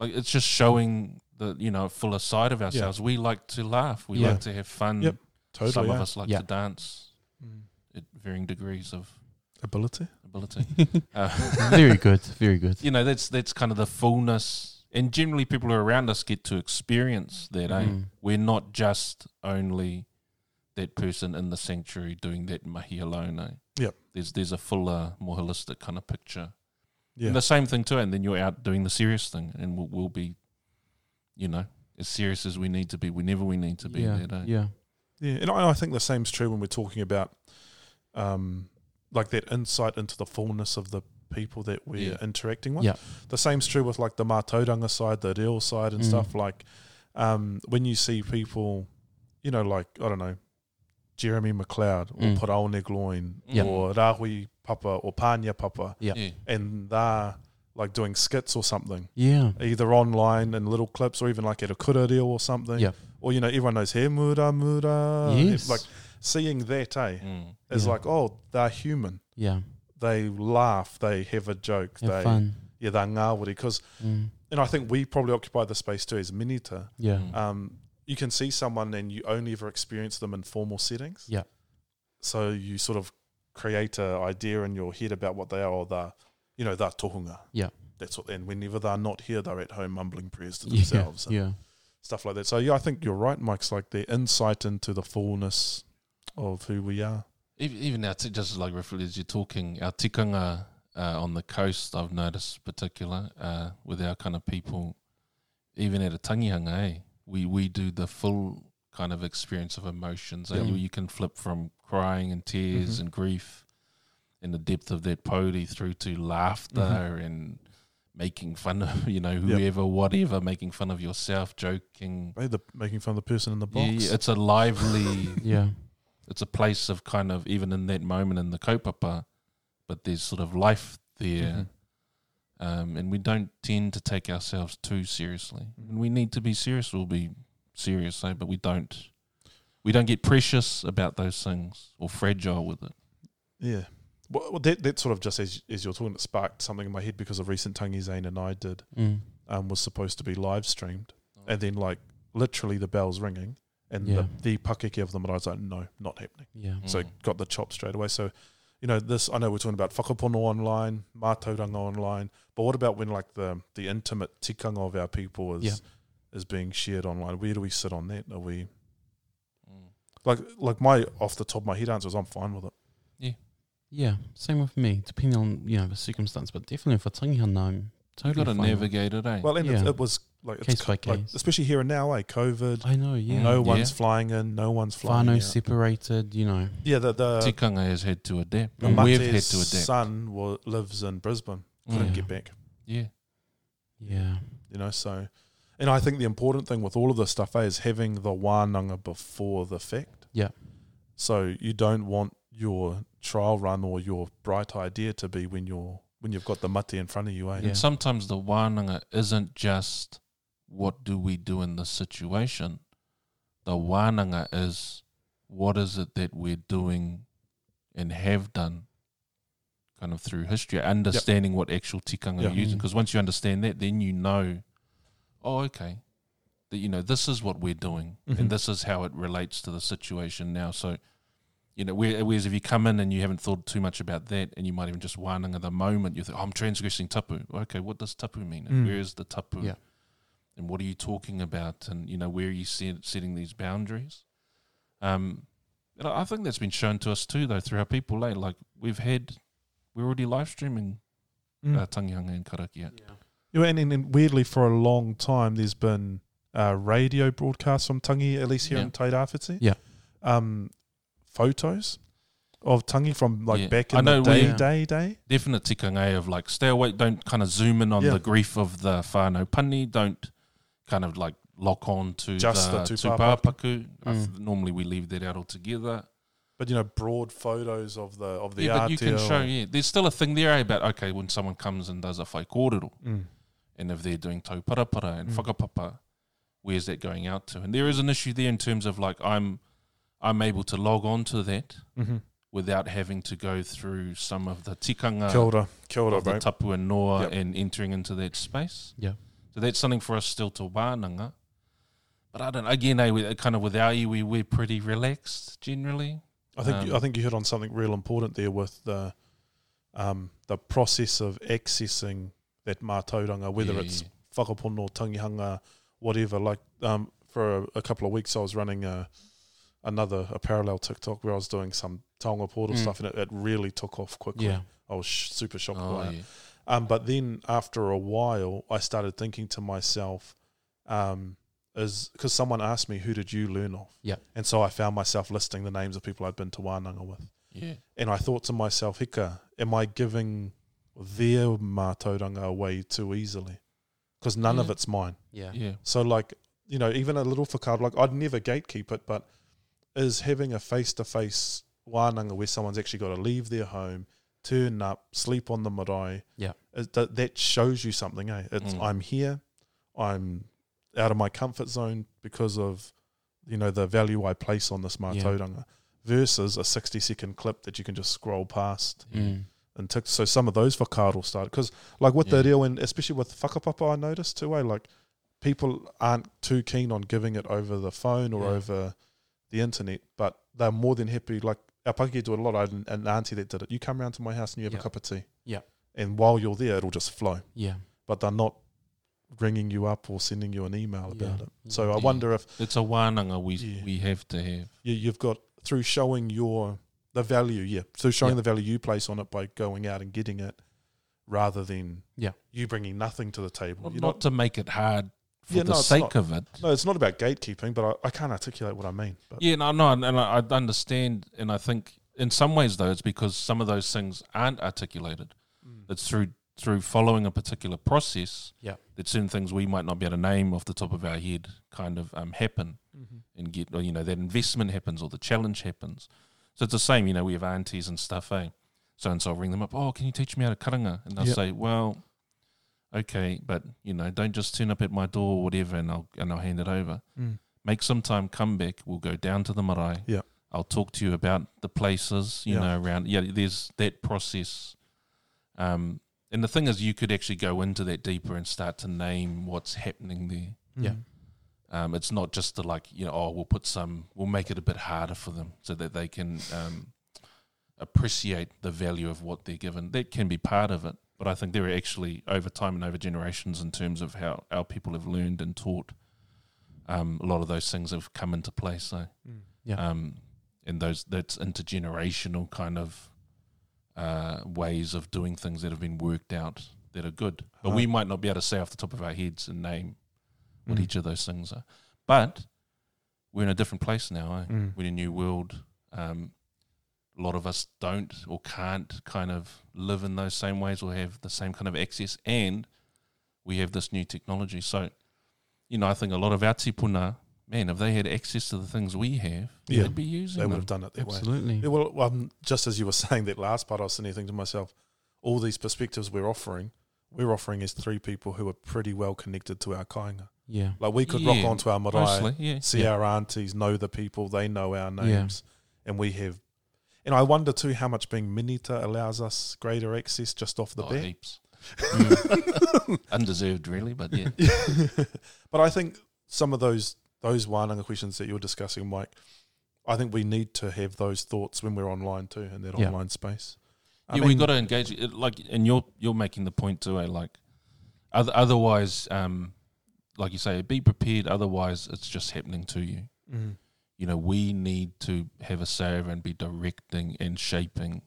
like it's just showing the you know fuller side of ourselves. We like to laugh. We
Yeah.
like to have fun.
Yep, Totally.
Some
yeah.
of us like
Yeah.
to dance
Mm.
at varying degrees of
Ability.
ability. uh,
very good, very good.
you know that's that's kind of the fullness, and generally people who are around us get to experience that. eh?
Mm.
we're not just only that person in the sanctuary doing that mahi alone. eh?
Yep.
There's there's a fuller, more holistic kind of picture
Yeah.
And the same thing too, and then you're out doing the serious thing, and we'll, we'll be, you know, as serious as we need to be whenever we need to be.
yeah,
that Mm. day. eh?
yeah,
Yeah, and I, I think the same's true when we're talking about, um, like that insight into the fullness of the people that we're
Yeah.
interacting with.
Yeah.
The same's true with like the mātauranga side, the reo side, and
Mm.
stuff. Like, um, when you see people, you know, like I don't know, Jeremy McLeod or
Mm.
Paraone Gloin
Yeah. Mm.
or Rahui Papa or Panya Papa,
Yeah.
yeah.
and they're like doing skits or something
yeah,
either online in little clips or even like at a kura reel or something.
Yeah.
Or you know, everyone knows he mura mura.
Yes.
Oh, Like seeing that, eh?
Mm.
Is
Yeah.
like, oh, they're human.
yeah.
They laugh, they have a joke,
Have
they
fun.
yeah, they're ngawiri. Because
Mm.
and I think we probably occupy the space too as minita.
Yeah,
Mm.
Um, you can see someone and you only ever experience them in formal settings.
Yeah.
So you sort of create a idea in your head about what they are or they're you know, they're tohunga.
Yeah.
That's what and whenever they're not here, they're at home mumbling prayers to
yeah,
themselves. eh? and
yeah.
stuff like that. So yeah, I think you're right, Mike's like the insight into the fullness of who we are.
Ev- Even our t- just like roughly as you're talking, our tikanga uh, on the coast, I've noticed particular uh, with our kind of people, even at a tangihanga, eh, we we do the full kind of experience of emotions. eh,
Yeah.
where you can flip from crying and tears
Mhm.
and grief, and the depth of that podi through to laughter and making fun of you know
Mm-hmm. Yep.
whoever, whatever, making fun of yourself, joking.
Right? The making fun of the person in the
Yeah,
box.
yeah, it's a lively
Yeah,
it's a place of kind of even in that moment in the kaupapa, but there's sort of life there,
Mm-hmm.
um, and we don't tend to take ourselves too seriously.
Mm-hmm.
When we need to be serious, we'll be serious, eh? but we don't. We don't get precious about those things or fragile with it.
Yeah. Well, well, that that sort of just as as you're talking, it sparked something in my head because a recent Tangi Zane and I did
mm.
um, was supposed to be live streamed, and then like literally the bells ringing and
Yeah. Mm.
the the pakeke of them, and I was like, no, not happening.
yeah,
So got the chop straight away. So. You know this. I know we're talking about whakapono online, mātauranga online, but what about when like the the intimate tikanga of our people is
Yeah.
is being shared online? Where do we sit on that? Are we
Mm.
like like my off the top of my head answer is I'm fine with it.
yeah. Same with me, depending on you know the circumstance, but definitely for tangihana, I'm
you
totally
got to
fine with-
navigate it, eh?
Well, and it,
Yeah.
it was like it's
Case by
like
case.
especially here and now, eh? COVID,
I know, yeah.
no
Mm,
one's
yeah.
flying in, no one's flying
Fano
out.
separated, you know.
yeah, the the,
tikanga has had to adapt.
uh, the
and We've
Mate's
had to adapt.
son wa- lives in Brisbane, couldn't
Mm.
get back,
Yeah.
Yeah.
you know. So, and I think the important thing with all of this stuff eh, is having the wānanga before the fact.
Yeah.
So you don't want your trial run or your bright idea to be when you're when you've got the mate in front of you, eh?
Yeah.
And sometimes the wānanga isn't just what do we do in this situation. The wānanga is what is it that we're doing and have done kind of through history, understanding what actual tikanga
Yeah.
you're using.
Mm.
Because once you understand that, then you know, oh, okay, that, you know, this is what we're doing
Mhm.
and this is how it relates to the situation now. So, you know, where- whereas if you come in and you haven't thought too much about that, and you might even just wānanga the moment, you think, oh, I'm transgressing tapu. Okay, what does tapu mean?
Mm.
And where is the tapu?
Yeah.
And what are you talking about? And, you know, where are you set, setting these boundaries? Um, and I I think that's been shown to us too, though, through our people. Eh? Like, we've had, we're already live streaming
Mm.
uh, Tangihanga and Karakia.
Yeah, and, and, and weirdly, for a long time, there's been uh, radio broadcasts from Tangi, at least here in Tairāwhiti.
Yeah.
Um, photos of Tangi from like
Yeah.
back
I
in the
know
day,
we-
day, day.
definite tikanga of like stay away, don't kind of zoom in on
Yeah.
the grief of the whānau pani, don't kind of like lock on to
Just
the,
the tupapa.
tupāpaku. I th-
Mm.
normally we leave that out altogether.
But you know, broad photos of the of the
yeah, but you can
Aotea
show,
or-
yeah, there's still a thing there eh, about okay, when someone comes and does a whaikorero,
Mm.
and if they're doing tau parapara and
Mm.
whakapapa, where's that going out to? And there is an issue there in terms of like I'm I'm able to log on to that
Mm-hmm.
without having to go through some of the tikanga
Kia ora, kia ora,
Uh, of the
bro.
tapu and noa
Yep.
and entering into that space.
Yeah.
So that's something for us still to wānanga. But I don't, again, eh, we, kind of with our iwi, we're pretty relaxed generally.
I think you,
um,
I think you hit on something real important there with the um, the process of accessing that mātauranga, whether
Yeah,
it's
yeah.
whakapono, tangihanga, whatever. Like um, for a, a couple of weeks, I was running a, another a parallel TikTok where I was doing some taonga portal
Mm.
stuff, and it, it really took off quickly.
Yeah.
I was sh- super shocked
Oh,
by it.
yeah.
Um, but then after a while, I started thinking to myself, um, is because someone asked me, who did you learn of?
Yeah.
And so I found myself listing the names of people I'd been to Wānanga with.
Yeah.
And I thought to myself, hika, am I giving their mātauranga away too easily? Because none of
Yeah.
it's mine.
Yeah.
Yeah.
So like, you know, even a little whakaro, like I'd never gatekeep it, but is having a face to face wānanga where someone's actually got to leave their home, turn up, sleep on the marae.
Yeah.
Is that that shows you something, eh? It's
Mm.
I'm here, I'm out of my comfort zone because of you know the value I place on this mātauranga versus a 60 second clip that you can just scroll past
Mm.
and tick. So some of those whakaro started because, like with
Yeah.
the reo and especially with whakapapa, I noticed too. Eh? Like people aren't too keen on giving it over the phone or
Yeah.
over the internet, but they're more than happy. Like our Pakeha do it a lot. I had an, an auntie that did it. You come round to my house and you have
Yeah.
a cup of tea.
Yeah.
And while you're there, it'll just flow.
Yeah.
But they're not ringing you up or sending you an email about
Yeah. Mm.
it. So I
Yeah.
wonder if
It's a wānanga we
Yeah.
we have to have.
you, you've got through showing your the value, yeah, through showing
Yeah.
the value you place on it by going out and getting it, rather than
Yeah.
you bringing nothing to the table.
Not,
You're
to make it hard for
Yeah,
the
no, it's
sake
not.
of it.
no, it's not about gatekeeping, but I, I can't articulate what I mean. But
Yeah, no, no, and and I, I understand, and I think in some ways though, it's because some of those things aren't articulated.
Mm.
It's through through following a particular process
Yeah.
that certain things we might not be able to name off the top of our head kind of um, happen and get, or, you know, that investment happens or the challenge happens. So it's the same, you know, we have aunties and stuff, eh? So and so I'll ring them up, oh, can you teach me how to karanga? And they'll
Yep.
say, well, okay, but, you know, don't just turn up at my door or whatever and I'll, and I'll hand it over
Mm.
make some time, come back. We'll go down to the marae.
Yeah.
I'll talk to you about the places, you
Yeah.
know, around. Yeah, there's that process. Um, and the thing is, you could actually go into that deeper and start to name what's happening there.
Yeah.
Um, it's not just the like, you know, oh, we'll put some, we'll make it a bit harder for them so that they can um, appreciate the value of what they're given. That can be part of it. But I think there are actually, over time and over generations, in terms of how our people have learned and taught, um, a lot of those things have come into place. So,
Mm.
Yeah.
um, and those that's intergenerational kind of uh, ways of doing things that have been worked out that are good. But we
Huh.
might not be able to say off the top of our heads and name what
Mm.
each of those things are. But we're in a different place now. Eh?
Mm.
We're in a new world. Um, a lot of us don't or can't kind of live in those same ways or have the same kind of access. And we have this new technology. So, you know, I think a lot of our tipuna, man, if they had access to the things we have,
Yeah.
they'd be using
They would
them.
have done it that way.
Absolutely.
Yeah, well, um, just as you were saying that last part, I was sitting there thinking to myself, all these perspectives we're offering, we're offering as three people who are pretty well connected to our kāinga.
Yeah.
Like we could rock
Yeah,
onto our marae.
Mostly, yeah.
see
yeah.
our aunties, know the people, they know our
Yeah.
names, and we have. And I wonder too how much being minita allows us greater access just off the
Oh,
bat.
heaps. Hmm. Undeserved, really, but yeah.
but I think some of those those wānanga questions that you're discussing, Mike, I think we need to have those thoughts when we're online too in that
Yeah.
online space. I
yeah, we
mean,
got to engage. It, like, and you're you're making the point too. Eh? Like, oth- otherwise, um, like you say, be prepared. Otherwise, it's just happening to you.
Mm,
You know, we need to have a say over and be directing and shaping,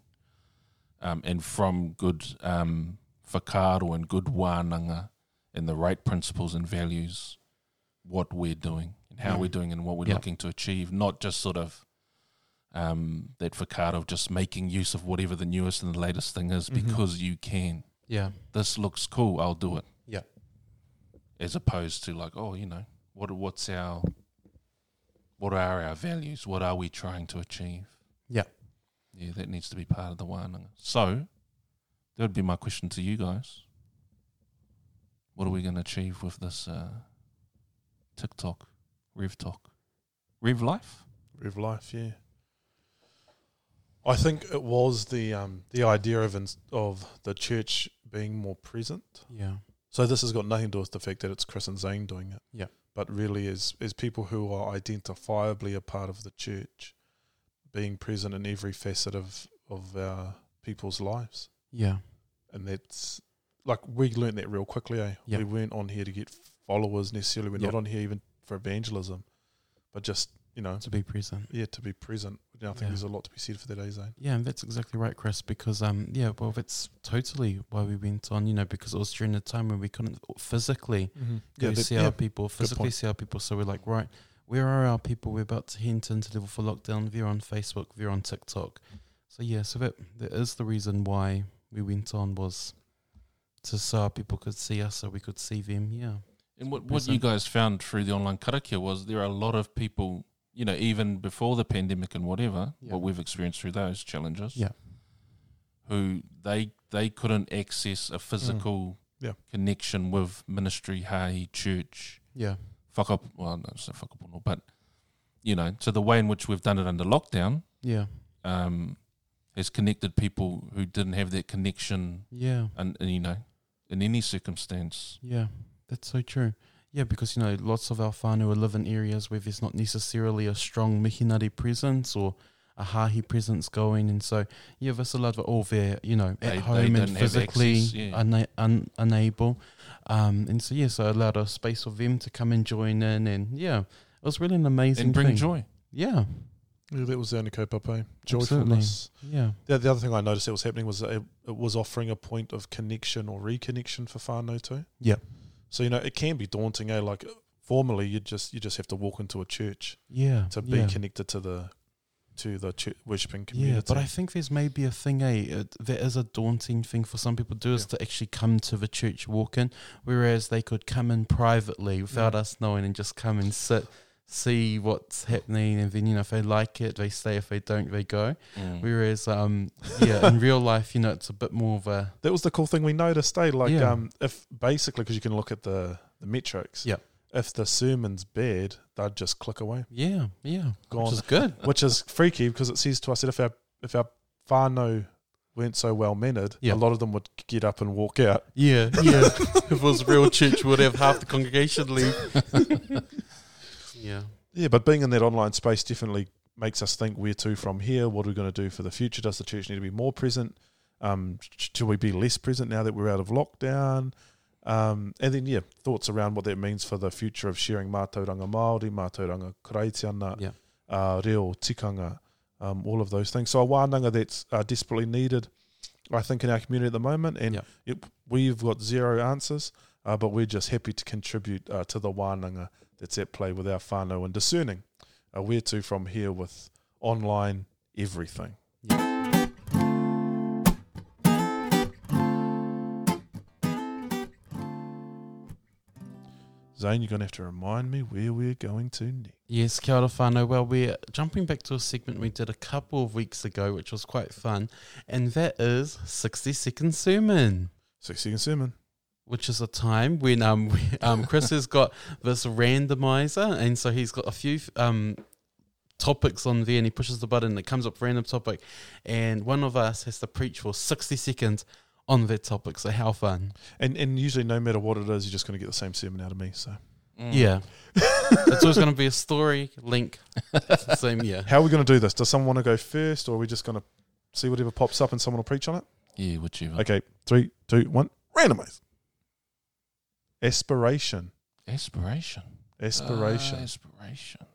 um, and from good um, whakaro and good wānanga and the right principles and values, what we're doing and how
Mm.
we're doing and what we're
Yeah.
looking to achieve, not just sort of um, that Ricardo of just making use of whatever the newest and the latest thing is
Mm-hmm.
Mhm.
because you can.
Yeah.
This looks cool. I'll do it.
Yeah.
As opposed to like, oh, you know, what what's our, what are our values? What are we trying to achieve?
Yeah.
Yeah, that needs to be part of the wānanga. So, that would be my question to you guys. What are we going to achieve with this uh, TikTok, Rev Talk, Rev Life?
Rev life, yeah. I think it was the um, the idea of ins- of the church being more present.
Yeah.
So this has got nothing to do with the fact that it's Chris and Zane doing it.
Yeah.
But really is is people who are identifiably a part of the church being present in every facet of, of our people's lives.
Yeah.
And that's like we learned that real quickly, eh?
Yeah.
We weren't on here to get followers necessarily. We're
Yeah.
not on here even for evangelism. But just you know,
to be present.
yeah, to be present. You know, I think
Yeah.
there's a lot to be said for that, eh, Zane?
Yeah, and that's exactly right, Chris. Because um, yeah, well, that's totally why we went on. You know, because it was during the time when we couldn't physically
Mm-hmm.
go
Yeah, that-
see
yeah.
our people, physically
point.
see our people. So we're like, right, where are our people? We're about to hint into level for lockdown. They're on Facebook. They're on TikTok. So yeah, so that that is the reason why we went on was to so our people could see us, so we could see them. Yeah,
And what, what you
Present.
guys found through the online karakia was there are a lot of people, you know, even before the pandemic and whatever,
Yeah.
what we've experienced through those challenges,
Yeah.
who they they couldn't access a physical
Yeah.
connection with ministry, high church,
yeah,
fuck up, well, no, it's not fuck up, or not, but you know, so the way in which we've done it under lockdown
yeah,
um, has connected people who didn't have that connection,
yeah.
and, and you know, in any circumstance.
Yeah, that's so true. Yeah, because you know, lots of our whānau live in areas where there's not necessarily a strong mihinari presence or a hahi presence going, and so yeah, there's a lot of all there, you know, at
They- they
home
didn't
and
have
physically
access, yeah.
una- un- unable, um, and so yeah, so it allowed a space for them to come and join in, and yeah, it was really an amazing
And bring
thing.
joy.
Yeah,
Yeah, that was the only kaupapa, eh?
Absolutely.
joyfulness.
yeah,
The, the other thing I noticed that was happening was that it, it was offering a point of connection or reconnection for whānau too.
Yeah.
So, you know, it can be daunting, eh? Like, formerly, you just you just have to walk into a church
yeah,
to
yeah.
be connected to the to the church, worshipping community.
Yeah, but I think there's maybe a thing, eh? It, there is a daunting thing for some people to do is to actually come to the church walk in, whereas they could come in privately without
Yeah.
us knowing and just come and sit, see what's happening, and then you know if they like it, they stay. If they don't, they go. Whereas, um, yeah, in real life, you know, it's a bit more of a
that was the cool thing we noticed, eh? Like,
Yeah.
um, if basically, because you can look at the, the metrics.
Yeah.
If the sermon's bad, they'd just click away.
yeah, yeah,
Gone.
which is good.
which is freaky because it says to us that if our if our whānau weren't so well mannered,
Yeah.
a lot of them would get up and walk out.
Yeah, yeah. if it was real church, would have half the congregation leave. yeah,
Yeah, but being in that online space definitely makes us think where to from here. What are we going to do for the future? Does the church need to be more present? Um, sh- should we be less present now that we're out of lockdown? Um, and then, yeah, thoughts around what that means for the future of sharing mātauranga Māori, mātauranga karaitiana,
Yeah.
uh, reo, tikanga, um, all of those things. So a wānanga that's uh, desperately needed, I think, in our community at the moment. And
Yeah.
it, we've got zero answers, uh, but we're just happy to contribute uh, to the wānanga that's at play with our whānau and discerning uh, where to from here with online everything. Zane, you're going to have to remind me where we're going to next.
Yes, kia ora whānau. Well, we're jumping back to a segment we did a couple of weeks ago, which was quite fun, and that is 60 Second Sermon,
Six second sermon.
which is a time when um, we, um Chris has got this randomizer, and so he's got a few um topics on there, and he pushes the button, and it comes up random topic, and one of us has to preach for 60 seconds on that topic. So, how fun!
And and usually, no matter what it is, you're just going to get the same sermon out of me. So,
Mm.
Yeah. it's always going to be a story, link, same, yeah.
how are we going to do this? Does someone want to go first, or are we just going to see whatever pops up and someone will preach on it?
Yeah, whichever.
Okay, three, two, one. Randomize. Aspiration.
Aspiration.
Aspiration.
Ah, aspiration.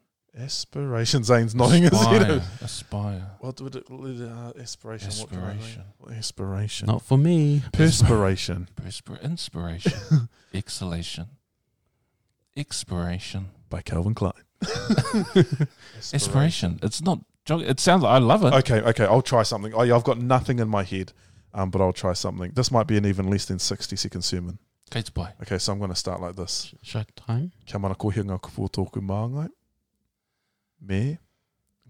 aspiration. Zane's nodding his head.
Aspire. Aspire.
What would it, uh, aspiration? What can I
Aspiration.
do? aspiration.
Not for me.
Perspiration.
Perspir- inspiration. Exhalation. Expiration.
by Calvin Klein.
Aspiration. It's not. Jog- it sounds. I love it.
Okay, okay. I'll try something. I, I've got nothing in my head, um, but I'll try something. This might be an even less than 60 second sermon.
Kate's boy.
Okay, so I'm going to start like this.
Shut time.
Kia mana ko hinga ko tōku māngai. Me,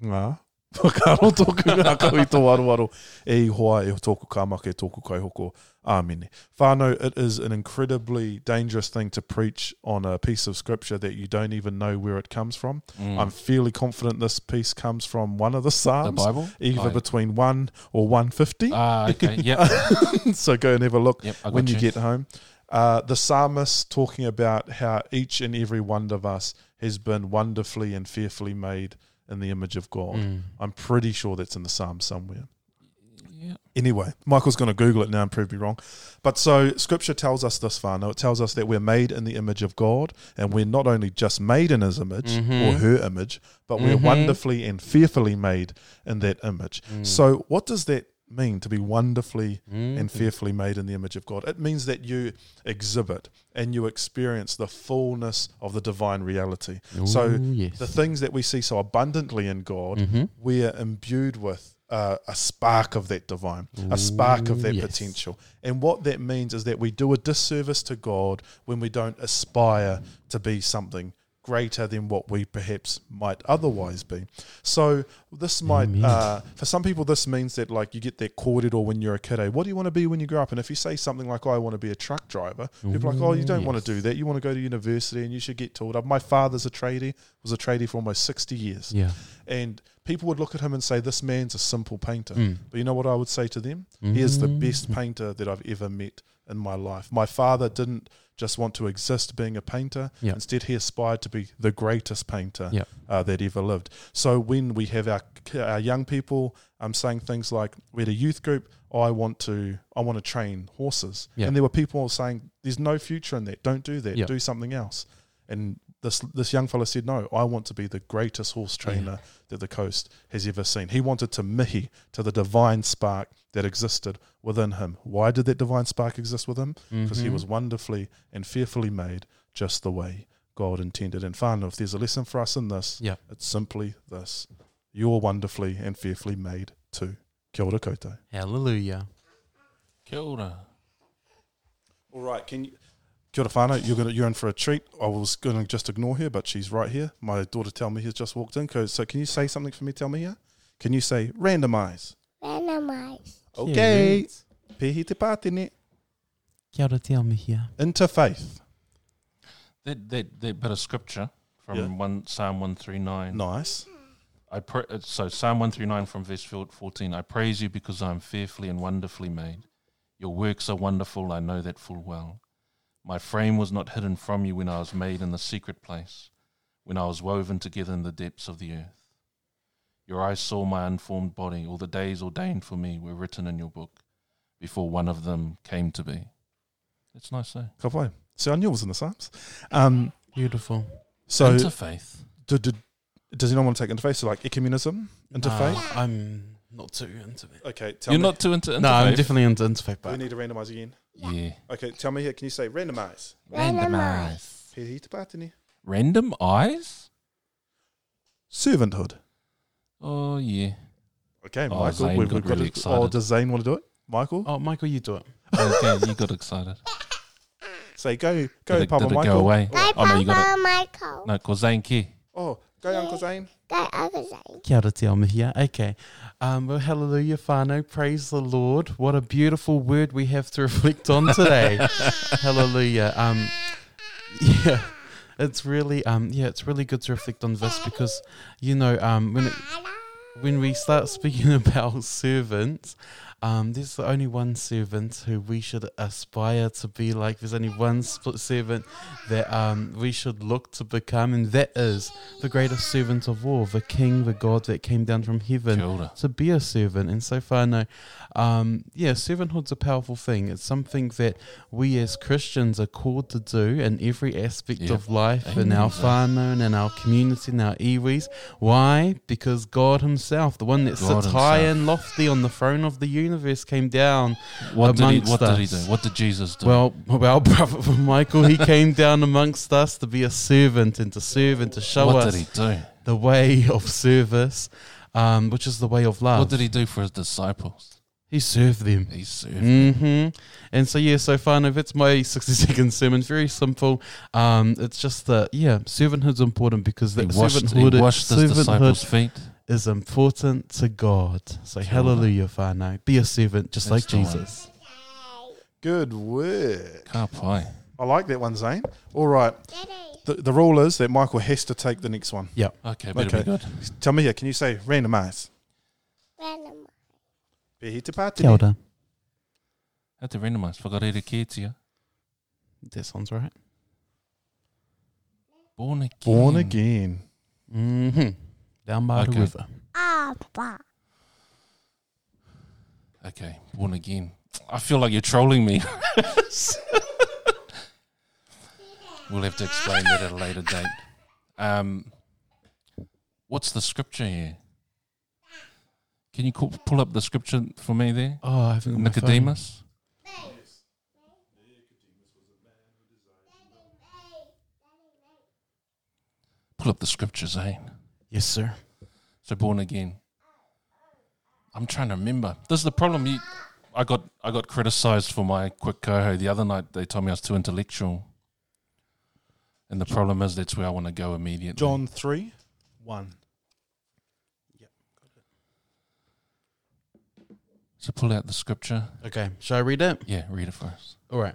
ngā, whakaro tōku ngā kaui tō waruwaro e hoa e tōku kāmaka e tōku kaihoko. Āmene. Whānau, it is an incredibly dangerous thing to preach on a piece of scripture that you don't even know where it comes from.
Mm.
I'm fairly confident this piece comes from one of the
the
Psalms.
Bible.
either
Oh,
between one or one fifty.
Ah, okay. Yep.
so go and have a look
Yep. I got
when you get home. Uh, the psalmist talking about how each and every one of us has been wonderfully and fearfully made in the image of God.
Mm.
I'm pretty sure that's in the psalm somewhere.
Yeah.
Anyway, Michael's going to Google it now and prove me wrong. But so Scripture tells us this, Fano. It tells us that we're made in the image of God, and we're not only just made in His image
Mhm.
or her image, but we're
Mhm.
wonderfully and fearfully made in that image.
Mm.
So, what does that mean to be wonderfully and fearfully made in the image of God? It means that you exhibit and you experience the fullness of the divine reality. So
yes.
The things that we see so abundantly in God
Mhm.
we are imbued with uh, a spark of that divine, a spark of
Ooh,
that
yes.
potential. And what that means is that we do a disservice to God when we don't aspire to be something greater than what we perhaps might otherwise be. So this might,
Amen.
uh, for some people, this means that like you get that corridor when you're a kid. eh? What do you want to be when you grow up? And if you say something like, "I want to be a truck driver," people are like, "Oh, you
Ooh,
don't want
yes.
to do that. You want to go to university, and you should get taught up." My father's a tradie, was a tradie for almost sixty years
Yeah.
and people would look at him and say, "This man's a simple painter."
Mm.
But you know what I would say to them? He is the
Mm.
best painter that I've ever met in my life. My father didn't just want to exist being a painter.
Yeah.
Instead, he aspired to be the greatest painter
Yeah.
uh, that ever lived. So when we have our our young people, um, saying things like, "We're at a youth group. I want to I want to train horses,"
Yeah.
and there were people saying, "There's no future in that. Don't do that.
Yeah.
Do something else." And this this young fella said, "No, I want to be the greatest horse trainer that the coast has ever seen. He wanted to mihi to the divine spark that existed within him. Why did that divine spark exist with him? Because he
Mhm.
was wonderfully and fearfully made just the way God intended. And whānau, if there's a lesson for us in this,
Yeah.
it's simply this. You're wonderfully and fearfully made too. Kia ora koutou.
Hallelujah.
Kia ora.
All right, can you... Kia ora whānau, you're, gonna, you're in for a treat. I was going to just ignore her, but she's right here. My daughter tell me has just walked in. Co- So can you say something for me, tell me here? Can you say randomise?
Randomize.
Okay.
Cute.
Pihi te pātene.
Kia ora te amihia.
Into faith.
That, that, that bit of scripture from
Yeah.
one Psalm 139.
Nice.
I pra- uh, so Psalm one through nine from verse fil- fourteen. I praise you because I am fearfully and wonderfully made. Your works are wonderful. I know that full well. My frame was not hidden from you when I was made in the secret place, when I was woven together in the depths of the earth. Your eyes saw my unformed body. All the days ordained for me were written in your book, before one of them came to be. It's nice, eh?
Ka whai. So I knew it was in the Psalms. Um,
Beautiful.
so
Interfaith.
do, do, does anyone want to take interfaith? So like ecumenism, interfaith?
Uh, I'm not too into it.
okay, tell
You're
me.
not too into interfaith.
No, I'm definitely into interfaith,
we
but
need to randomise again.
Yeah.
Okay, tell me here. Can you say randomise?
Randomize.
Pihi te pātene.
Random eyes.
Servanthood.
Oh yeah.
Okay,
Oh,
Michael.
Zane
we've,
got
we've got
really
to,
excited.
oh, does Zane want to do it? Michael,
oh, Michael, you do it.
Okay, you got excited.
say go, go,
did it,
Papa
did it
Michael.
go away?
Go
Oh no, you got
Papa Michael.
it. No, cause ain't key.
Oh, go, Uncle Zane.
Go other Zane.
Kia ora te amihia. Okay. Um, well, hallelujah, Fano. Praise the Lord. What a beautiful word we have to reflect on today. hallelujah. Um, yeah. It's really, um, yeah, it's really good to reflect on this because, you know, um, when it, when we start speaking about servants, um, there's only one servant who we should aspire to be like. There's only one split servant that um, we should look to become, and that is the greatest servant of all, the King, the God that came down from heaven
Kia ora.
to be a servant. And so far, no. Um, yeah, servanthood's a powerful thing. It's something that we as Christians are called to do in every aspect
Yep.
of life, in
Amen.
our whānau, and in our community, in our iwis. Why? Because God Himself, the one that sits
God
high
Himself.
and lofty on the throne of the universe, came down
What did he?
amongst
What did he do?
us.
What did Jesus do?
well, well, brother Michael, he came down amongst us to be a servant and to serve and to show
what
us
did he do?
the way of service, um, which is the way of love.
What did he do for his disciples?
He served them.
He served.
hmm
Mm-hmm.
And so yeah, so Fano, that's my sixty second sermon. Very simple. Um, it's just that yeah, servanthood's important because
He
that
washed, he
servanthood,
washed his disciples'
servanthood
feet.
is important to God. So
Kia ora.
hallelujah, Fano. Be a servant just
That's
like
the one.
Jesus.
Good work.
Ka pai.
I like that one, Zane. All right.
Daddy.
The, the rule is that Michael has to take the next one.
Okay,
Okay.
better be good.
Tell me here. Can you say randomise?
Randomize.
Pihi te pātene.
Kia ora.
Had to randomise. Whakarere kia tia.
That sounds right.
Born again.
Born again.
Mm-hmm.
hmm Down by
Okay.
Oh,
the river.
Abba.
Okay, born again. I feel like you're trolling me. we'll have to explain that at a later date. Um, what's the scripture here? Can you call, pull up the scripture for me there?
Oh, I haven't got my phone.
Nicodemus? Pull up the scriptures, eh?
Yes, sir.
So born again. I'm trying to remember. This is the problem. You, I got I got criticised for my quick coho the other night. They told me I was too intellectual. And the problem is that's where I want to go immediately.
John 3 1.
So pull out the scripture.
Okay, shall I read it?
Yeah, read it for us.
All right.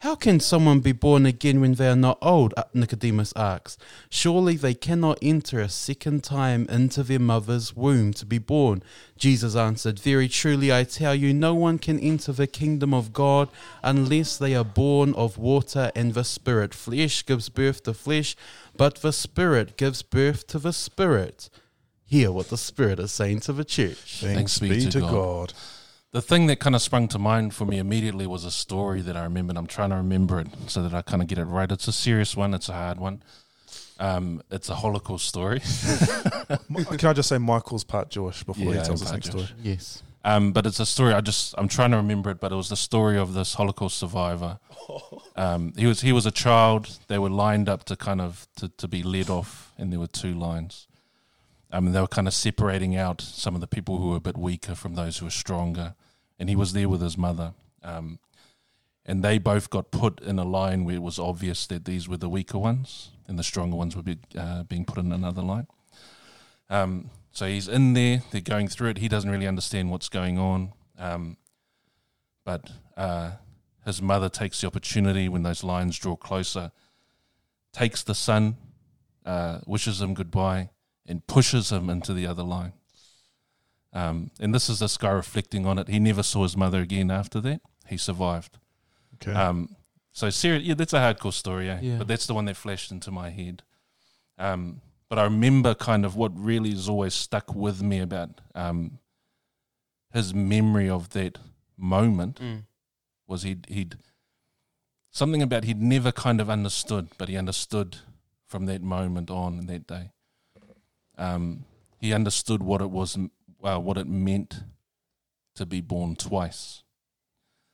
How can someone be born again when they are not old? Uh, Nicodemus asks. Surely they cannot enter a second time into their mother's womb to be born. Jesus answered, Very truly I tell you, no one can enter the kingdom of God unless they are born of water and the Spirit. Flesh gives birth to flesh, but the Spirit gives birth to the Spirit. Hear what the Spirit is saying to the church.
Thanks, be, to God.
The thing that kind of sprung to mind for me immediately was a story that I remember, and I'm trying to remember it so that I kind of get it right. It's a serious one, it's a hard one. Um, it's a Holocaust story.
Mi- Can I just say Michael's part Jewish before
Yeah,
he tells
I'm
us
part
next
Jewish.
story?
Yes.
Um, but it's a story. I just I'm trying to remember it, but it was the story of this Holocaust survivor. Um, he was he was a child. They were lined up to kind of to, to be led off, and there were two lines. Um, and they were kind of separating out some of the people who were a bit weaker from those who were stronger. And he was there with his mother. Um, and they both got put in a line where it was obvious that these were the weaker ones, and the stronger ones were be, uh, being put in another line. Um, so he's in there. They're going through it. He doesn't really understand what's going on. Um, but uh, his mother takes the opportunity when those lines draw closer, takes the son, uh, wishes him goodbye, and pushes him into the other line. Um, and this is this guy reflecting on it. He never saw his mother again after that. He survived.
Okay.
Um, so serious, yeah, that's a hardcore story, eh?
Yeah.
But that's the one that flashed into my head. Um, but I remember kind of what really has always stuck with me about um, his memory of that moment
Mm,
was he'd, he'd something about he'd never kind of understood, but he understood from that moment on and that day. Um, he understood what it was, uh, what it meant to be born twice.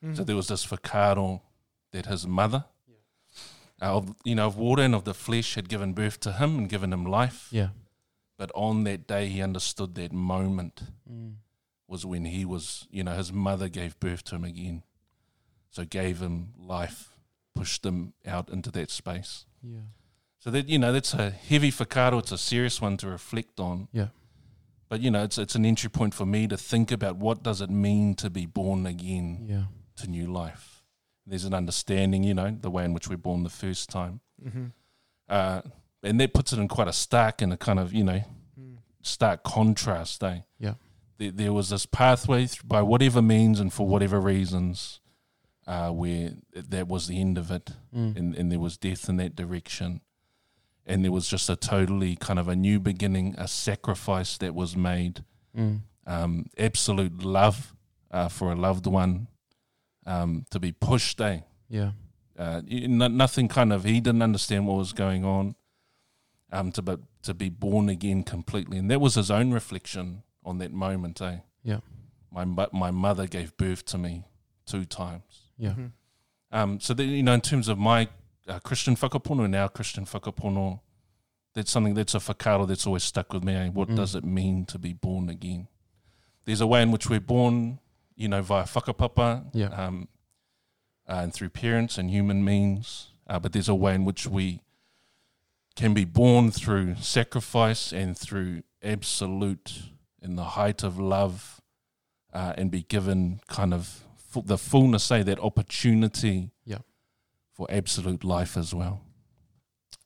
Mm-hmm.
So there was this whakaro that his mother, uh, of, you know, of water and of the flesh had given birth to him and given him life.
Yeah.
But on that day, he understood that moment
Mm.
was when he was, you know, his mother gave birth to him again. So gave him life, pushed him out into that space.
Yeah.
So that, you know, that's a heavy whakaro. It's a serious one to reflect on.
Yeah.
But, you know, it's, it's an entry point for me to think about what does it mean to be born again
Yeah.
to new life. There's an understanding, you know, the way in which we're born the first time.
Mm-hmm.
Uh, and that puts it in quite a stark and a kind of, you know,
Mm-hmm.
stark contrast, eh?
Yeah.
There, there was this pathway th- by whatever means and for whatever reasons uh, where that was the end of it.
Mm.
And, and there was death in that direction. And there was just a totally kind of a new beginning, a sacrifice that was made
Mm.
um, absolute love uh, for a loved one um, to be pushed. Eh?
Yeah.
Uh, you- no, nothing kind of he didn't understand what was going on. Um, to be to be born again completely, and that was his own reflection on that moment. Eh?
Yeah.
my mo- my mother gave birth to me two times.
Yeah.
Um, so that, you know, in terms of my uh, Christian whakapono and our Christian whakapono, that's something that's a whakaro that's always stuck with me. eh? What
Mm.
does it mean to be born again? There's a way in which we're born, you know, via whakapapa
Yeah.
um, uh, and through parents and human means, uh, but there's a way in which we can be born through sacrifice and through absolute in the height of love uh, and be given kind of fu- the fullness, say that opportunity
Yeah.
for absolute life as well.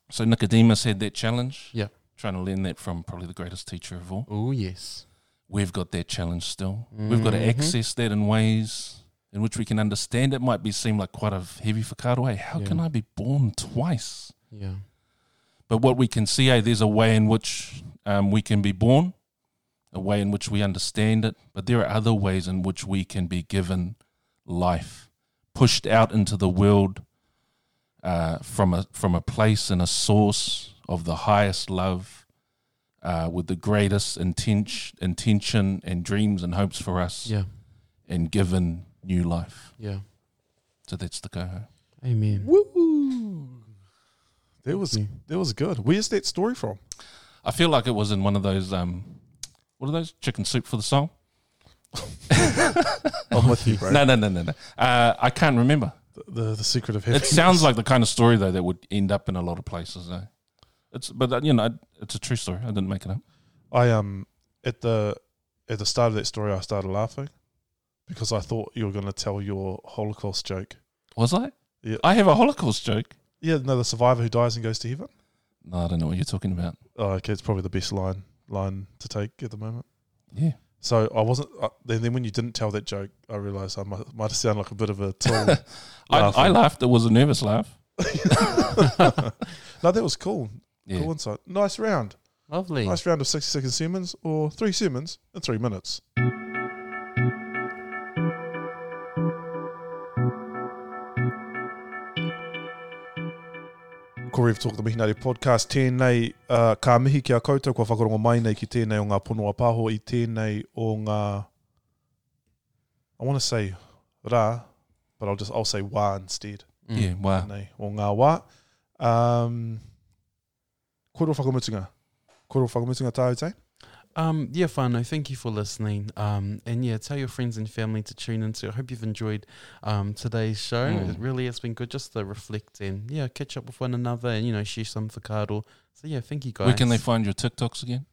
So Nicodemus had that challenge.
Yeah.
Trying to learn that from probably the greatest teacher of all.
Oh yes.
We've got that challenge still. We've got to
Mhm.
access that in ways in which we can understand. It might be seem like quite a heavy for Karawai. How
Yeah.
can I be born twice?
Yeah.
But what we can see, eh, there's a way in which um, we can be born, a way in which we understand it, but there are other ways in which we can be given life, pushed out into the world uh, from a from a place and a source of the highest love, uh, with the greatest intention, intention and dreams and hopes for us,
Yeah.
and given new life.
Yeah.
So that's the go.
Amen.
Woo! That was
Yeah.
that was good. Where's that story from?
I feel like it was in one of those um, what are those chicken soup for the soul?
I'm with you, bro.
No, no, no, no, no. Uh, I can't remember.
The, the the secret of
It
happiness.
sounds like the kind of story though that would end up in a lot of places. Though. It's but uh, you know it's a true story. I didn't make it up.
I um at the at the start of that story, I started laughing because I thought you were going to tell your Holocaust joke.
Was I?
Yeah.
I have a Holocaust joke.
Yeah, no, the survivor who dies and goes to heaven.
No, I don't know what you're talking about.
Oh, okay, it's probably the best line line to take at the moment.
Yeah.
So I wasn't. Uh, then, then when you didn't tell that joke, I realised I might, might have sounded like a bit of a tool.
I,
Laughing.
I laughed. It was a nervous laugh.
no, that was cool.
Yeah.
Cool insight. Nice round.
Lovely.
Nice round of 60 second sermons or three sermons in three minutes. Ko rewa tōku te Mihinare Podcast, tēnei uh, ka mihi ki a koutou, kua whakarongo mai nei ki tēnei o ngā pono pāho i tēnei o ngā, I want to say rā, but I'll just, I'll say wā instead
Mm.
Yeah. Wow.
nei, o ngā wā. Um, koro whakamutunga. Koro whakamutunga tāu tei.
Um, yeah, Fano, thank you for listening. Um, and yeah, tell your friends and family to tune into. I hope you've enjoyed um, today's show.
Mm.
It really has been good just to reflect and, yeah, catch up with one another and, you know, share some whakaro. So, yeah, thank you guys.
Where can they find your TikToks again?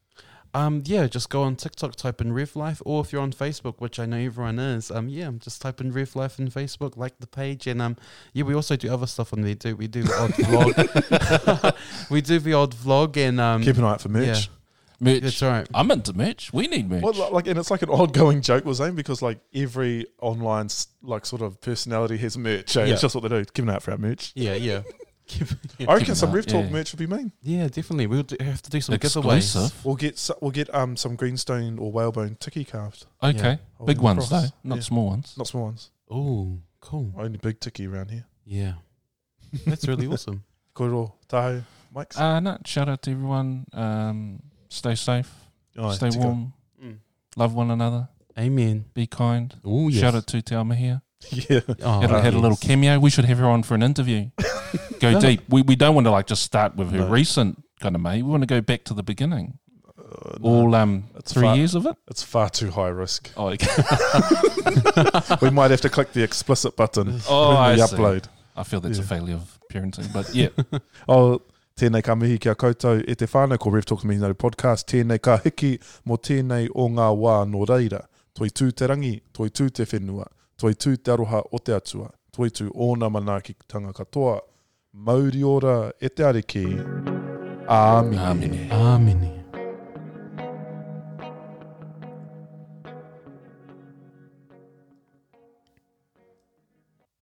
Um, yeah, just go on TikTok, type in Rev Life, or if you're on Facebook, which I know everyone is, um, yeah, just type in Rev Life in Facebook, like the page, and um, yeah, we also do other stuff on there too. We do the odd vlog, we do the odd vlog, and um,
Keep an eye out for merch.
yeah,
Merch.
that's right.
I'm into merch. We need merch.
Well, li- like, and it's like an ongoing joke was saying because like every online s- like sort of personality has merch. eh?
Yeah.
It's just what they do. Keep an eye out for our merch.
Yeah, yeah. yeah.
I
keep
reckon
an
some
eye-
Rev Talk
yeah.
merch would be mean.
Yeah, definitely. We'll do, have to do some giveaways.
Exclusive.
We'll get so, we'll get um some greenstone or whalebone tiki carved.
Okay.
I'll
Big
get
ones
across.
though, not
Yeah.
small ones.
Not small ones.
Oh, cool.
Only big tiki around here.
Yeah, that's really awesome.
Koro, taho, mics.
Uh, no. Shout out to everyone. Um, stay safe.
Aye,
Ah, stay
tika.
warm. Love one another.
Amen.
Be kind.
Oh,
Shout out to Te Amahia.
Yeah.
Oh,
had, a- had a little
yes.
cameo. We should have her on for an interview. go
Yeah.
deep. We, we don't want to like just start with her
No.
recent kind of mate. We want to go back to the beginning.
Uh, no,
All um
That's
three
far-
years of it.
it's far too high risk.
Oh, okay.
we might have to click the explicit button.
oh
when
I
we
see.
upload.
I feel that's a
Yeah.
failure of parenting, but yeah,
O tēnei ka mihi kia koutou e te whānau ko Rev Talk Me Hinari Podcast, tēnei ka hiki mō tēnei o ngā wā nō reira. Toi tū te rangi, toi tū te whenua, toi tū te aroha o te atua, toi tū ōna mana ki tanga katoa. Mauri ora e te ariki. Āmine.
Āmine.
Amini.